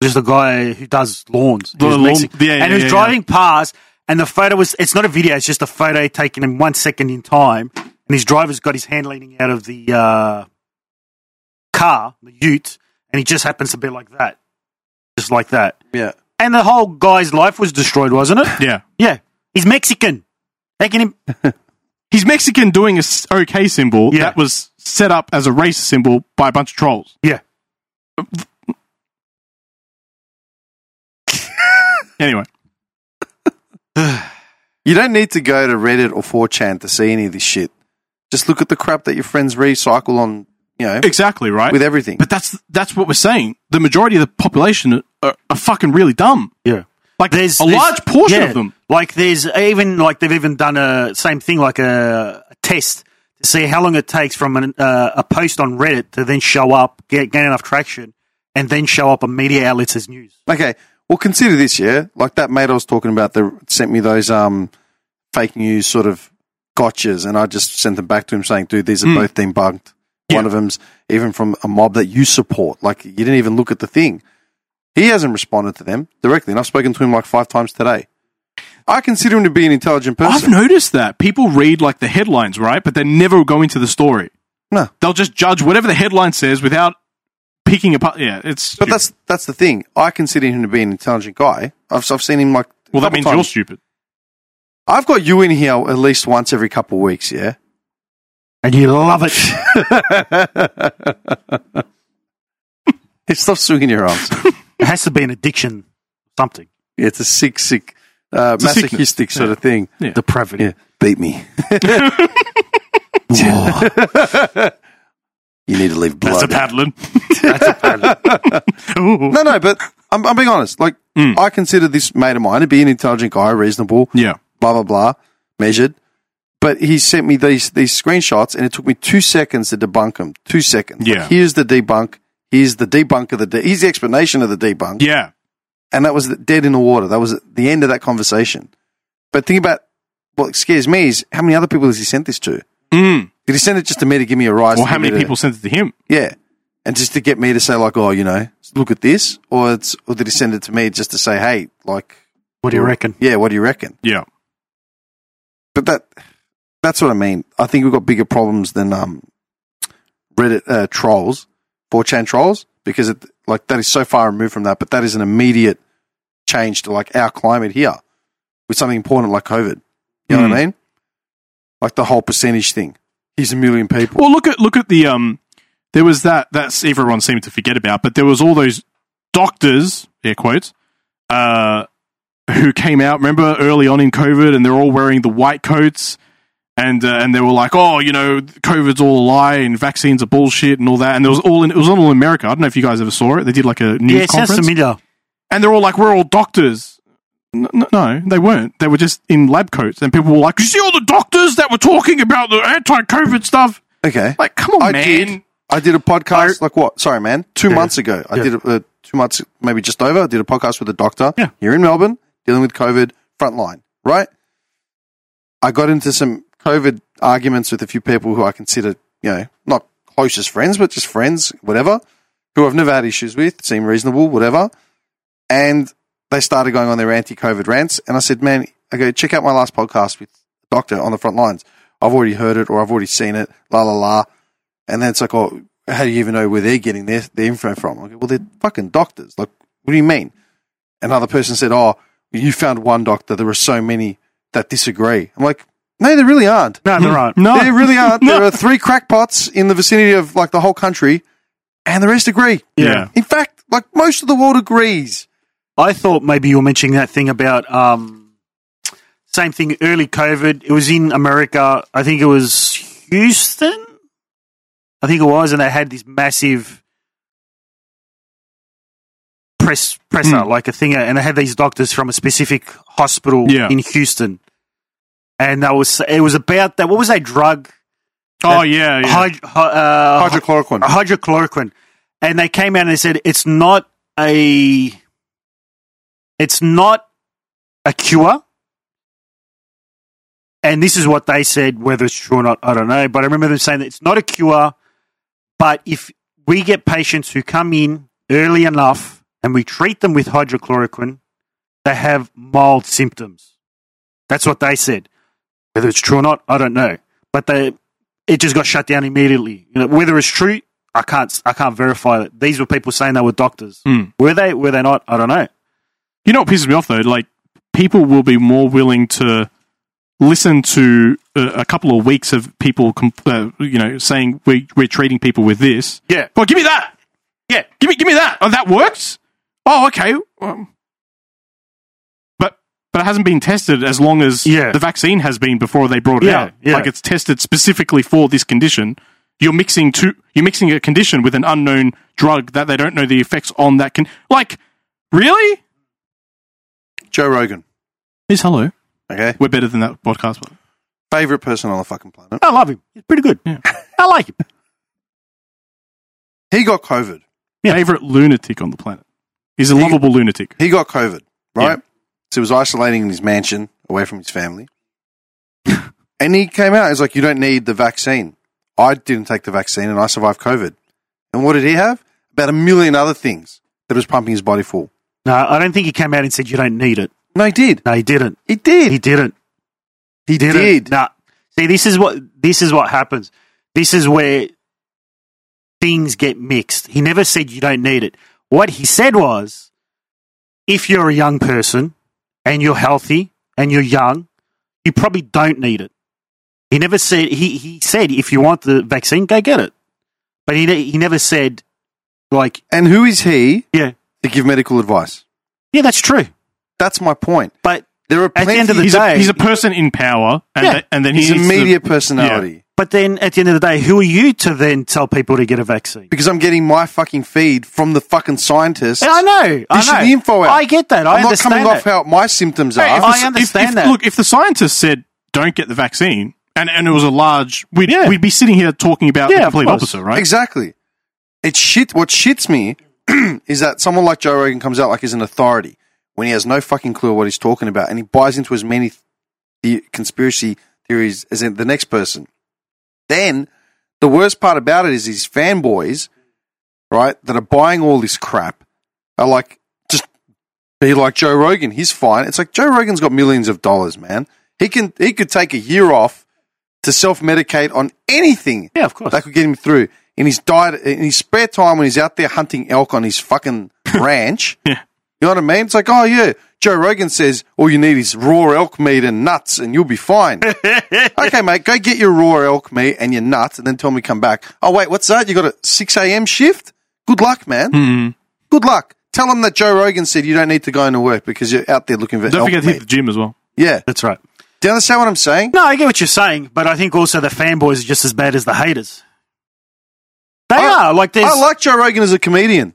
There's the guy who does lawns, The who's lawn- Mexican, yeah, yeah, and who's yeah, driving past, and the photo was. It's not a video; it's just a photo taken in one second in time, and his driver's got his hand leaning out of the uh, car, the Ute, and he just happens to be like that, just like that. Yeah. And the whole guy's life was destroyed, wasn't it? Yeah. yeah, he's Mexican. How can he? He's Mexican doing a s- OK symbol Yeah. that was set up as a racist symbol by a bunch of trolls. Yeah, Anyway, You don't need to go to Reddit or 4chan to see any of this shit. Just look at the crap that your friends recycle on, you know, exactly right. with everything. but that's that's what we're saying. The majority of the population are, are fucking really dumb. yeah. Like there's a there's- large portion yeah, of them. Like there's even like they've even done a same thing like a, a test to see how long it takes from an, uh, a post on Reddit to then show up, get gain enough traction, and then show up on media outlets as news. Okay. Well, consider this, yeah? Like that mate I was talking about that sent me those um, fake news sort of gotchas, and I just sent them back to him saying, dude, Hmm. these are both debunked. One of them's even from a mob that you support. Like, you didn't even look at the thing. He hasn't responded to them directly, and I've spoken to him like five times today. I consider him to be an intelligent I've person. noticed that people read like the headlines, right? But they never go into the story. No. They'll just judge whatever the headline says without picking apart. Yeah, it's. But stupid. that's that's the thing. I consider him to be an intelligent guy. I've, I've seen him like. a well, that couple means times. you're stupid. I've got you in here at least once every couple of weeks, yeah? And you love it. Stop swinging your arms. it has to be an addiction, something It's a sick, sick, uh, a sickness. masochistic sort of thing. Yeah. depravity. Yeah. Beat me. you need to leave That's a blood. paddling. no, no, but I'm, I'm being honest. Like, I consider this mate of mine to be an intelligent guy, reasonable, Yeah. blah, blah, blah, measured. But he sent me these, these screenshots and it took me two seconds to debunk them. Two seconds. Like, Yeah. here's the debunk. Here's the debunk of the, de- here's the explanation of the debunk. Yeah. and that was the- dead in the water. That was the end of that conversation. But think about what scares me is how many other people has he sent this to? Mm. Did he send it just to me to give me a rise? to Or how give many me the- people sent it to him? yeah, and just to get me to say like, oh, you know, look at this, or it's, or did he send it to me just to say, hey, like, What do you reckon? yeah, what do you reckon? Yeah. But that, that's what I mean. I think we've got bigger problems than um, Reddit uh, trolls, 4chan trolls, because it like that is so far removed from that. But that is an immediate change to like our climate here with something important like COVID. You know what I mean? Like the whole percentage thing. He's a million people. Well, look at look at the um. There was that that's everyone seemed to forget about, but there was all those doctors, air quotes, uh, who came out. Remember early on in COVID, and they're all wearing the white coats, and uh, and they were like, oh, you know, COVID's all a lie, and vaccines are bullshit, and all that. And there was all in, it was all in America. I don't know if you guys ever saw it. They did like a news Yeah, it sounds conference, familiar. and they're all like, we're all doctors. No, no, no, they weren't. They were just in lab coats, and people were like, "You see all the doctors that were talking about the anti-COVID stuff." Okay. Like, come on, I Oh, man. did. I did a podcast. like what? Sorry, man. Two months ago, I did a, uh, two months, maybe just over. I did a podcast with a doctor Yeah. here in Melbourne dealing with COVID frontline. Right. I got into some COVID arguments with a few people who I consider, you know, not closest friends, but just friends, whatever, who I've never had issues with, seem reasonable, whatever. And they started going on their anti-COVID rants, and I said, "Man, I go check out my last podcast with the doctor on the front lines. I've already heard it, or I've already seen it. La la la." And then it's like, "Oh, how do you even know where they're getting their, their info from?" I go, "Well, they're fucking doctors. Like, what do you mean?" Another person said, "Oh, you found one doctor. There are so many that disagree." I'm like, "No, there really aren't. Hmm. No, they're right. No, There really aren't. No. There are three crackpots in the vicinity of like the whole country, and the rest agree. Yeah. In fact, like most of the world agrees." I thought maybe you were mentioning that thing about um, same thing early COVID. It was in America. I think it was Houston. I think it was, and they had this massive press presser, Hmm. like a thing, and they had these doctors from a specific hospital Yeah. in Houston, and that was it was about that. What was that drug? Oh yeah, yeah. Hyd- hy- uh, Hydrochloroquine. a hydrochloroquine, and they came out and they said it's not a, it's not a cure. And this is what they said, whether it's true or not, I don't know. But I remember them saying that it's not a cure, but if we get patients who come in early enough and we treat them with hydrochloroquine, they have mild symptoms. That's what they said. Whether it's true or not, I don't know. But they, it just got shut down immediately. You know, whether it's true, I can't, I can't verify it. These were people saying they were doctors. Mm. Were they? Were they not? I don't know. You know what pisses me off though? Like people will be more willing to listen to a, a couple of weeks of people, com- uh, you know, saying we we're treating people with this. Yeah. Well, give me that. Yeah. Give me give me that. Oh, that works. Oh, okay. Um, but but it hasn't been tested as long as Yeah. the vaccine has been before they brought it Yeah, out. yeah. Like it's tested specifically for this condition. You're mixing two. You're mixing a condition with an unknown drug that they don't know the effects on that. Con- like really? Joe Rogan. Miss Hello. Okay. We're better than that podcast. one. Favorite person on the fucking planet. I love him. He's pretty good. Yeah. I like him. He got COVID. Yeah. Favorite lunatic on the planet. He's a lovable lunatic. He got COVID, Yeah. right? So he was isolating in his mansion away from his family. and he came out. He's like, you don't need the vaccine. I didn't take the vaccine and I survived COVID. And what did he have? About a million other things that was pumping his body full. No, I don't think he came out and said you don't need it. No, he did. No, he didn't. He did. He didn't. He did did. it. Nah. See, this is what this is what happens. This is where things get mixed. He never said you don't need it. What he said was, if you're a young person and you're healthy and you're young, you probably don't need it. He never said he, he said if you want the vaccine, go get it. But he ne- he never said like And who is he yeah to give medical advice? yeah that's true. That's my point. But There are At plenty the end of the He's a, day- he's a person in power, and, Yeah. th- and then he he's a needs to- media personality. but then at the end of the day, who are you to then tell people to get a vaccine? Because I'm getting my fucking feed from the fucking scientists. Yeah, I know. I This is know. the info out. I get that. I I'm not understand coming that. off how my symptoms are. Hey, if I If- understand if, that. Look, if the scientists said don't get the vaccine, and, and it was a large, we'd, Yeah. we'd be sitting here talking about Yeah, the of complete course. opposite, right? Exactly. It's shit. What shits me is that someone like Joe Rogan comes out like he's an authority when he has no fucking clue what he's talking about, and he buys into as many the conspiracy theories as in the next person. Then the worst part about it is these fanboys, right, that are buying all this crap are like just be like Joe Rogan. He's fine. It's like Joe Rogan's got millions of dollars, man. He can he could take a year off to self medicate on anything Yeah, of course. that could get him through. In his diet, in his spare time, when he's out there hunting elk on his fucking ranch, Yeah. you know what I mean? It's like, oh yeah, Joe Rogan says all you need is raw elk meat and nuts, and you'll be fine. okay, mate, go get your raw elk meat and your nuts, and then tell me come back. Oh wait, what's that? You got a six a.m. shift? Good luck, man. Hmm. Good luck. Tell them that Joe Rogan said you don't need to go into work because you're out there looking for Don't elk forget to meat. hit the gym as well. yeah, That's right. do you understand what I'm saying? No, I get what you're saying, but I think also the fanboys are just as bad as the haters. They I- are like there's. I like Joe Rogan as a comedian.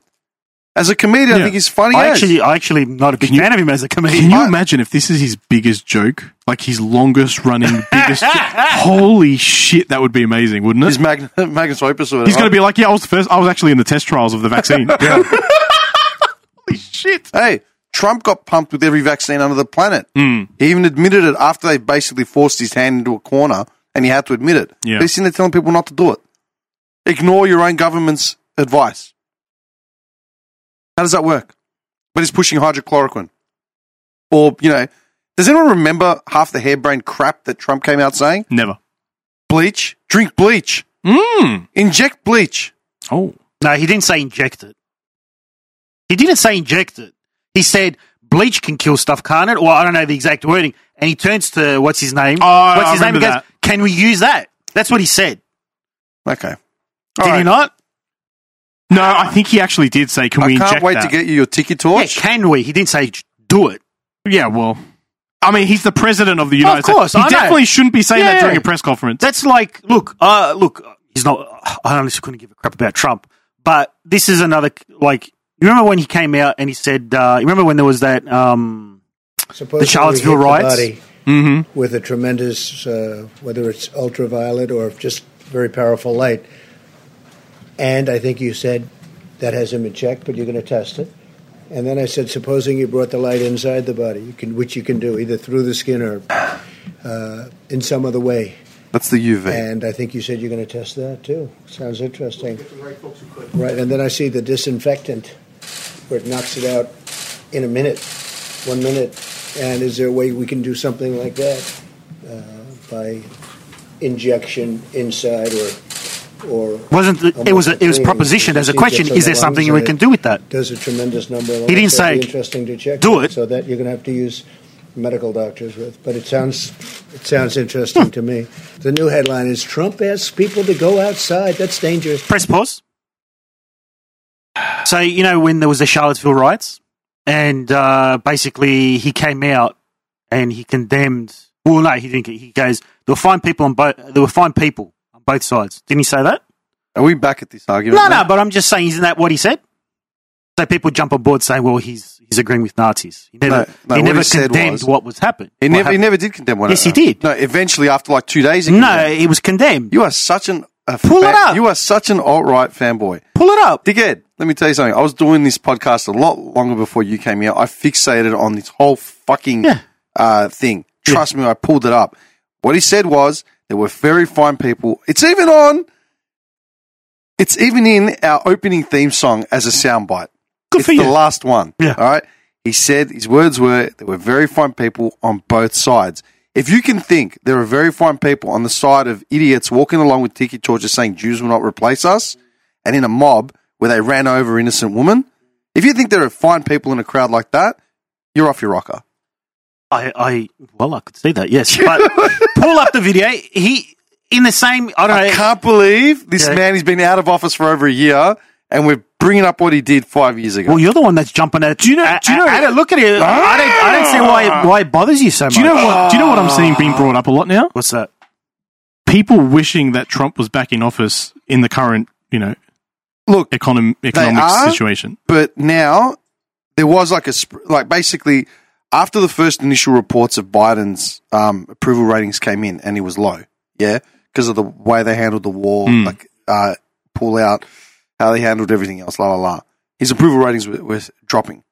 As a comedian, I Yeah. think he's funny. I as. actually, I actually am not a big fan of him as a Can comedian. you imagine if this is his biggest joke, like his longest running, biggest? jo- Holy shit, that would be amazing, wouldn't it? His magn- magnus opus or whatever. He's going to be like, yeah, I was the first. I was actually in the test trials of the vaccine. Holy shit! Hey, Trump got pumped with every vaccine under the planet. Hmm. He even admitted it after they basically forced his hand into a corner and he had to admit it. Yeah. But he's sitting there telling people not to do it. Ignore your own government's advice. How does that work? But he's pushing hydrochloroquine. Or, you know, does anyone remember half the harebrained crap that Trump came out saying? Never. Bleach, drink bleach, Mm. inject bleach. Oh, no, he didn't say inject it. He didn't say inject it. He said bleach can kill stuff, can't it? Or I don't know the exact wording. And he turns to what's his name? Oh, I- what's I his name? He remember goes, Can we use that? That's what he said. Okay. Did he right. not? No, I think he actually did say, "Can I we can't inject wait that?" to get you your tiki Yeah, torch. can we? He didn't say do it. yeah, well, I mean, he's the president of the United course, States. I know. He definitely shouldn't be saying that Yeah. during a press conference. That's like, look, uh, look, he's not, I honestly couldn't give a crap about Trump, but this is another, like, you remember when he came out and he said, uh, you remember when there was that, um, Supposedly Charlottesville hit the riots? body With a tremendous, uh, whether it's ultraviolet or just very powerful light. And I think you said that has him in check, but you're going to test it. And then I said, supposing you brought the light inside the body, you can, which you can do either through the skin or uh, in some other way. That's the UV. And I think you said you're going to test that too. Sounds interesting. Right, and then I see the disinfectant where it knocks it out in a minute, one minute. And is there a way we can do something like that uh, by injection inside or or Wasn't the, it was a, it was propositioned as a question? Is there something we can do with that? Does a tremendous number. Of He didn't lives. That'd say, be interesting to check. "Do it." So that you're going to have to use medical doctors with. But it sounds it sounds Hmm. interesting to me. The new headline is Trump asks people to go outside. That's dangerous. Press pause. So you know when there was the Charlottesville riots, and uh, basically he came out and he condemned. Well, no, he didn't. He goes, "There were fine people on both. There were fine people on both sides." Didn't he say that? Are we back at this argument? No, now? no, but I'm just saying, isn't that what he said? So people jump on board saying, "Well, he's he's agreeing with Nazis." He never, no, he what never he said condemned was- what was happened. He what never, he happened. never did condemn one. Yes, he another. did. No, eventually after like two days. He no, condemned. he was condemned. you are such an a Pull it up. You are such an alt right fanboy. Pull it up. Dickhead, let me tell you something. I was doing this podcast a lot longer before you came here. I fixated on this whole fucking Yeah. uh, thing. Trust me, I pulled it up. What he said was there were very fine people. It's even on. It's even in our opening theme song as a soundbite. Good it's for the you. last one. Yeah. All right. He said his words were there were very fine people on both sides. If you can think there are very fine people on the side of idiots walking along with tiki torches saying Jews will not replace us, and in a mob where they ran over innocent women, if you think there are fine people in a crowd like that, you're off your rocker. I, I, well, I could see that. Yes, but pull up the video. He in the same. I don't I know. can't believe this Yeah. man has been out of office for over a year, and we're bringing up what he did five years ago. Well, you're the one that's jumping at. Do you know? do you know- look at it. I don't. I don't see Ah. why. Why it bothers you so much. Do you know what? Do you know what I'm seeing being brought up a lot now? What's that? People wishing that Trump was back in office in the current, you know, Look, econom- economic are- situation. but now there was like a sp- like basically after the first initial reports of Biden's um, approval ratings came in and he was low, yeah, because of the way they handled the war, like uh, pull out, how they handled everything else, la la la. His approval ratings were, were dropping,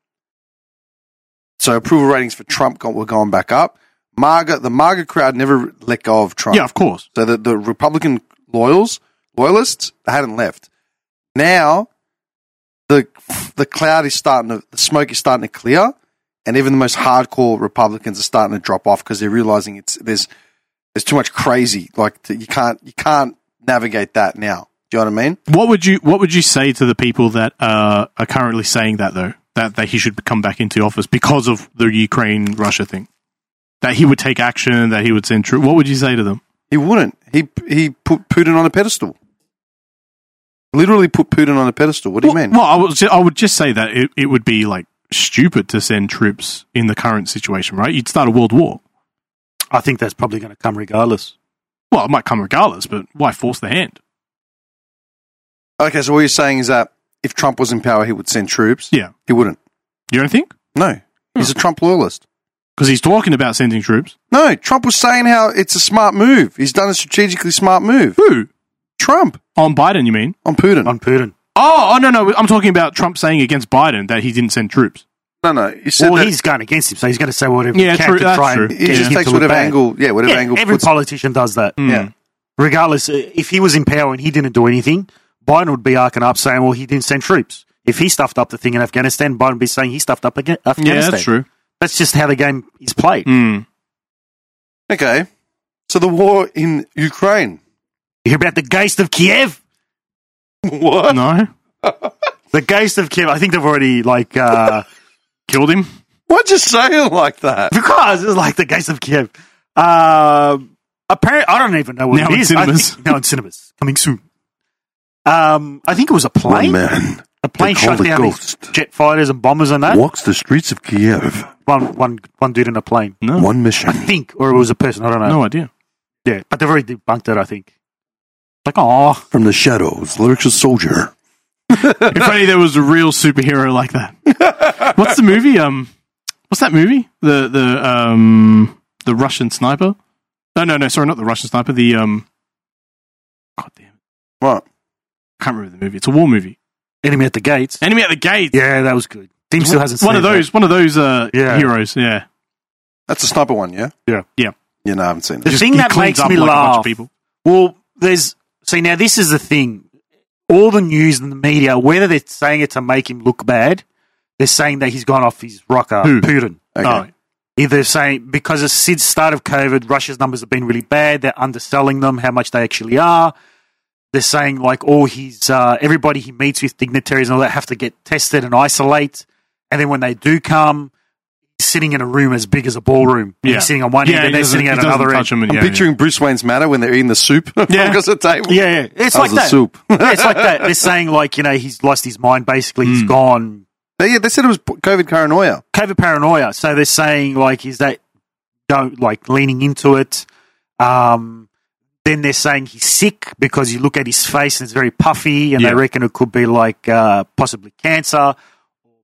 so approval ratings for Trump got, were going back up. MAGA, the MAGA crowd never let go of Trump. Yeah, of course. So the, the Republican loyals, loyalists, they hadn't left. Now the the cloud is starting to the smoke is starting to clear, and even the most hardcore Republicans are starting to drop off because they're realizing it's there's there's too much crazy. Like to, you can't you can't navigate that now. Do you know what I mean? What would you What would you say to the people that uh, are currently saying that though that that he should come back into office because of the Ukraine Russia thing? That he would take action, that he would send troops. What would you say to them? He wouldn't. He he put Putin on a pedestal. Literally put Putin on a pedestal. What do you well, mean? well, I would ju- I would just say that it, it would be like stupid to send troops in the current situation, right? You'd start a world war. I think that's probably going to come regardless. Well, it might come regardless, but why force the hand? Okay, so what you're saying is that if Trump was in power, he would send troops. Yeah, He wouldn't. you don't think? No, he's Hmm. a Trump loyalist. Because he's talking about sending troops. No, Trump was saying how it's a smart move. He's done a strategically smart move. Who Trump on Biden? You mean? on Putin. On Putin. Oh, oh no, no. I'm talking about Trump saying against Biden that he didn't send troops. no, no, you said Well, that he's going against him, so he's going to say whatever Yeah, he can true, to that's try true. and he Yeah. get just him takes to look whatever bad. angle. Yeah, whatever Yeah, angle. every puts- Mm. politician does that. yeah. regardless, uh, if he was in power and he didn't do anything, Biden would be arcing up saying, well, he didn't send troops. If he stuffed up the thing in Afghanistan, Biden would be saying he stuffed up again, Yeah, Afghanistan. that's true. That's just how the game is played. Mm. Okay. So the war in Ukraine. You hear about the Geist of Kiev? What? Hmm. No, The Geist of Kiev. I think they've already, like, uh, killed him. Why'd you say it like that? because it's like the Geist of Kiev. Uh, apparently, I don't even know what Now it in is. I cinemas. think- now in cinemas. Coming soon. Um, I think it was a plane. man a plane they call shot the down these Ghost. jet fighters and bombers and that. walks the streets of Kiev. One, one, one dude in a plane. No, One mission. think, or it was a person. I don't know. no idea. Yeah, but they've already debunked it. I think. Like, oh, From the shadows, lyrical soldier. if only there was a real superhero like that. What's the movie? Um, what's that movie? The the um the Russian sniper. No, no, no. Sorry, not the Russian sniper. The um, God damn, it. What? I can't remember the movie. It's a war movie. enemy at the gates. Enemy at the gate. Yeah, that was good. Team still hasn't one of seen that. those. One of those. Uh, Yeah. heroes. Yeah, That's a sniper one, yeah? Yeah, yeah. Yeah, no, I haven't seen it. The thing he that cleans makes up me like a bunch of laugh. people. Well, there's see now. This is the thing. All the news and the media, whether they're saying it to make him look bad, they're saying that he's gone off his rocker, Who? Putin. Okay. Oh, Either saying because it's since start of COVID, Russia's numbers have been really bad. They're underselling them how much they actually are. They're saying like all his uh, everybody he meets with dignitaries and all that have to get tested and isolate, and then when they do come, he's sitting in a room as big as a ballroom. yeah. He's sitting on one yeah, end he and they're doesn't- sitting he at doesn't another end. touch them and- I'm yeah, yeah. picturing Bruce Wayne's matter when they're eating the soup Yeah. across the table. Yeah, yeah. That It's like was a that. soup. yeah, it's like that. They're saying like you know he's lost his mind. Basically, Hmm. he's gone They, yeah, they said it was p- COVID paranoia. COVID paranoia. So they're saying like is that don't like leaning into it. Um, then they're saying he's sick because you look at his face and it's very puffy, and Yeah. they reckon it could be like uh, possibly cancer,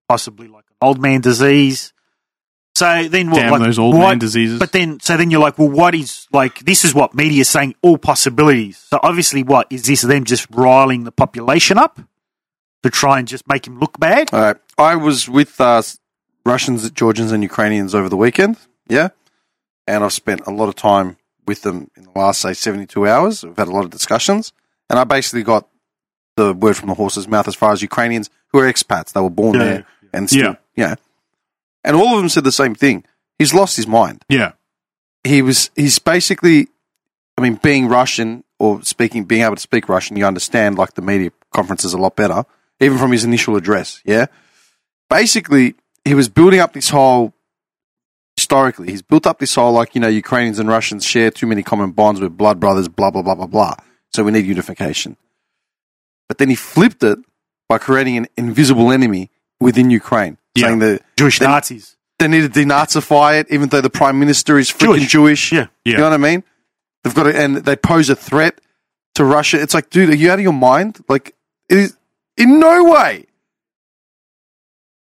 possibly like an old man disease. So then, what, Damn like, those old what- man diseases. But then, so then you're like, well, what is like? This is what media is saying. All possibilities. So obviously, what is this? Them just riling the population up to try and just make him look bad. Uh, All right. I was with uh, s- Russians, Georgians, and Ukrainians over the weekend. Yeah. And I've spent a lot of time with them in the last, say, 72 hours. We've had a lot of discussions. And I basically got the word from the horse's mouth as far as Ukrainians who are expats. They were born Yeah. there and still, Yeah. yeah. And all of them said the same thing. He's lost his mind. yeah, he was he's basically I mean being Russian or speaking being able to speak Russian you understand like the media conferences a lot better even from his initial address yeah basically he was building up this whole historically he's built up this whole like you know Ukrainians and Russians share too many common bonds with blood brothers blah blah blah blah blah so we need unification but then he flipped it by creating an invisible enemy within Ukraine Yeah. saying that Jewish Then- Nazis. they need to denazify it, even though the prime minister is freaking Jewish. Jewish. Yeah, yeah. You know what I mean? They've got to, and they pose a threat to Russia. It's like, dude, are you out of your mind? Like, it is in no way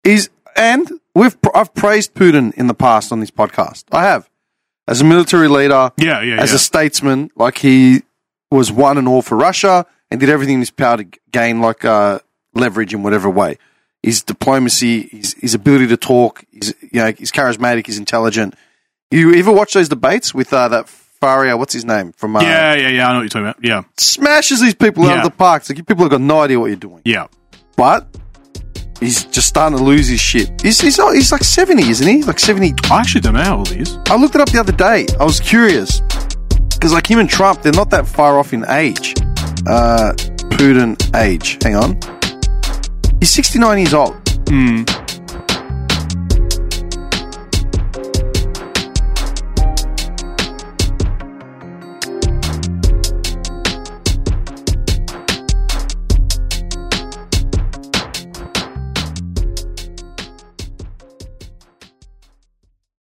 is. And we've I've praised Putin in the past on this podcast. I have as a military leader, yeah, yeah, as yeah. a statesman, like he was one and all for Russia and did everything in his power to g- gain like uh, leverage in whatever way. His diplomacy, his, his ability to talk, he's you know he's charismatic, he's intelligent. You ever watch those debates with uh, that Faria? What's his name from? Uh, yeah, yeah, yeah. I know what you're talking about. Yeah, smashes these people out Yeah. of the park. It's Like you people have got no idea what you're doing. yeah. But he's just starting to lose his shit. He's he's, not, he's like seventy, isn't he? Like seventy I actually don't know how old he is. I looked it up the other day. I was curious because, like him and Trump, they're not that far off in age. Uh, Putin age. Hang on, he's sixty nine years old.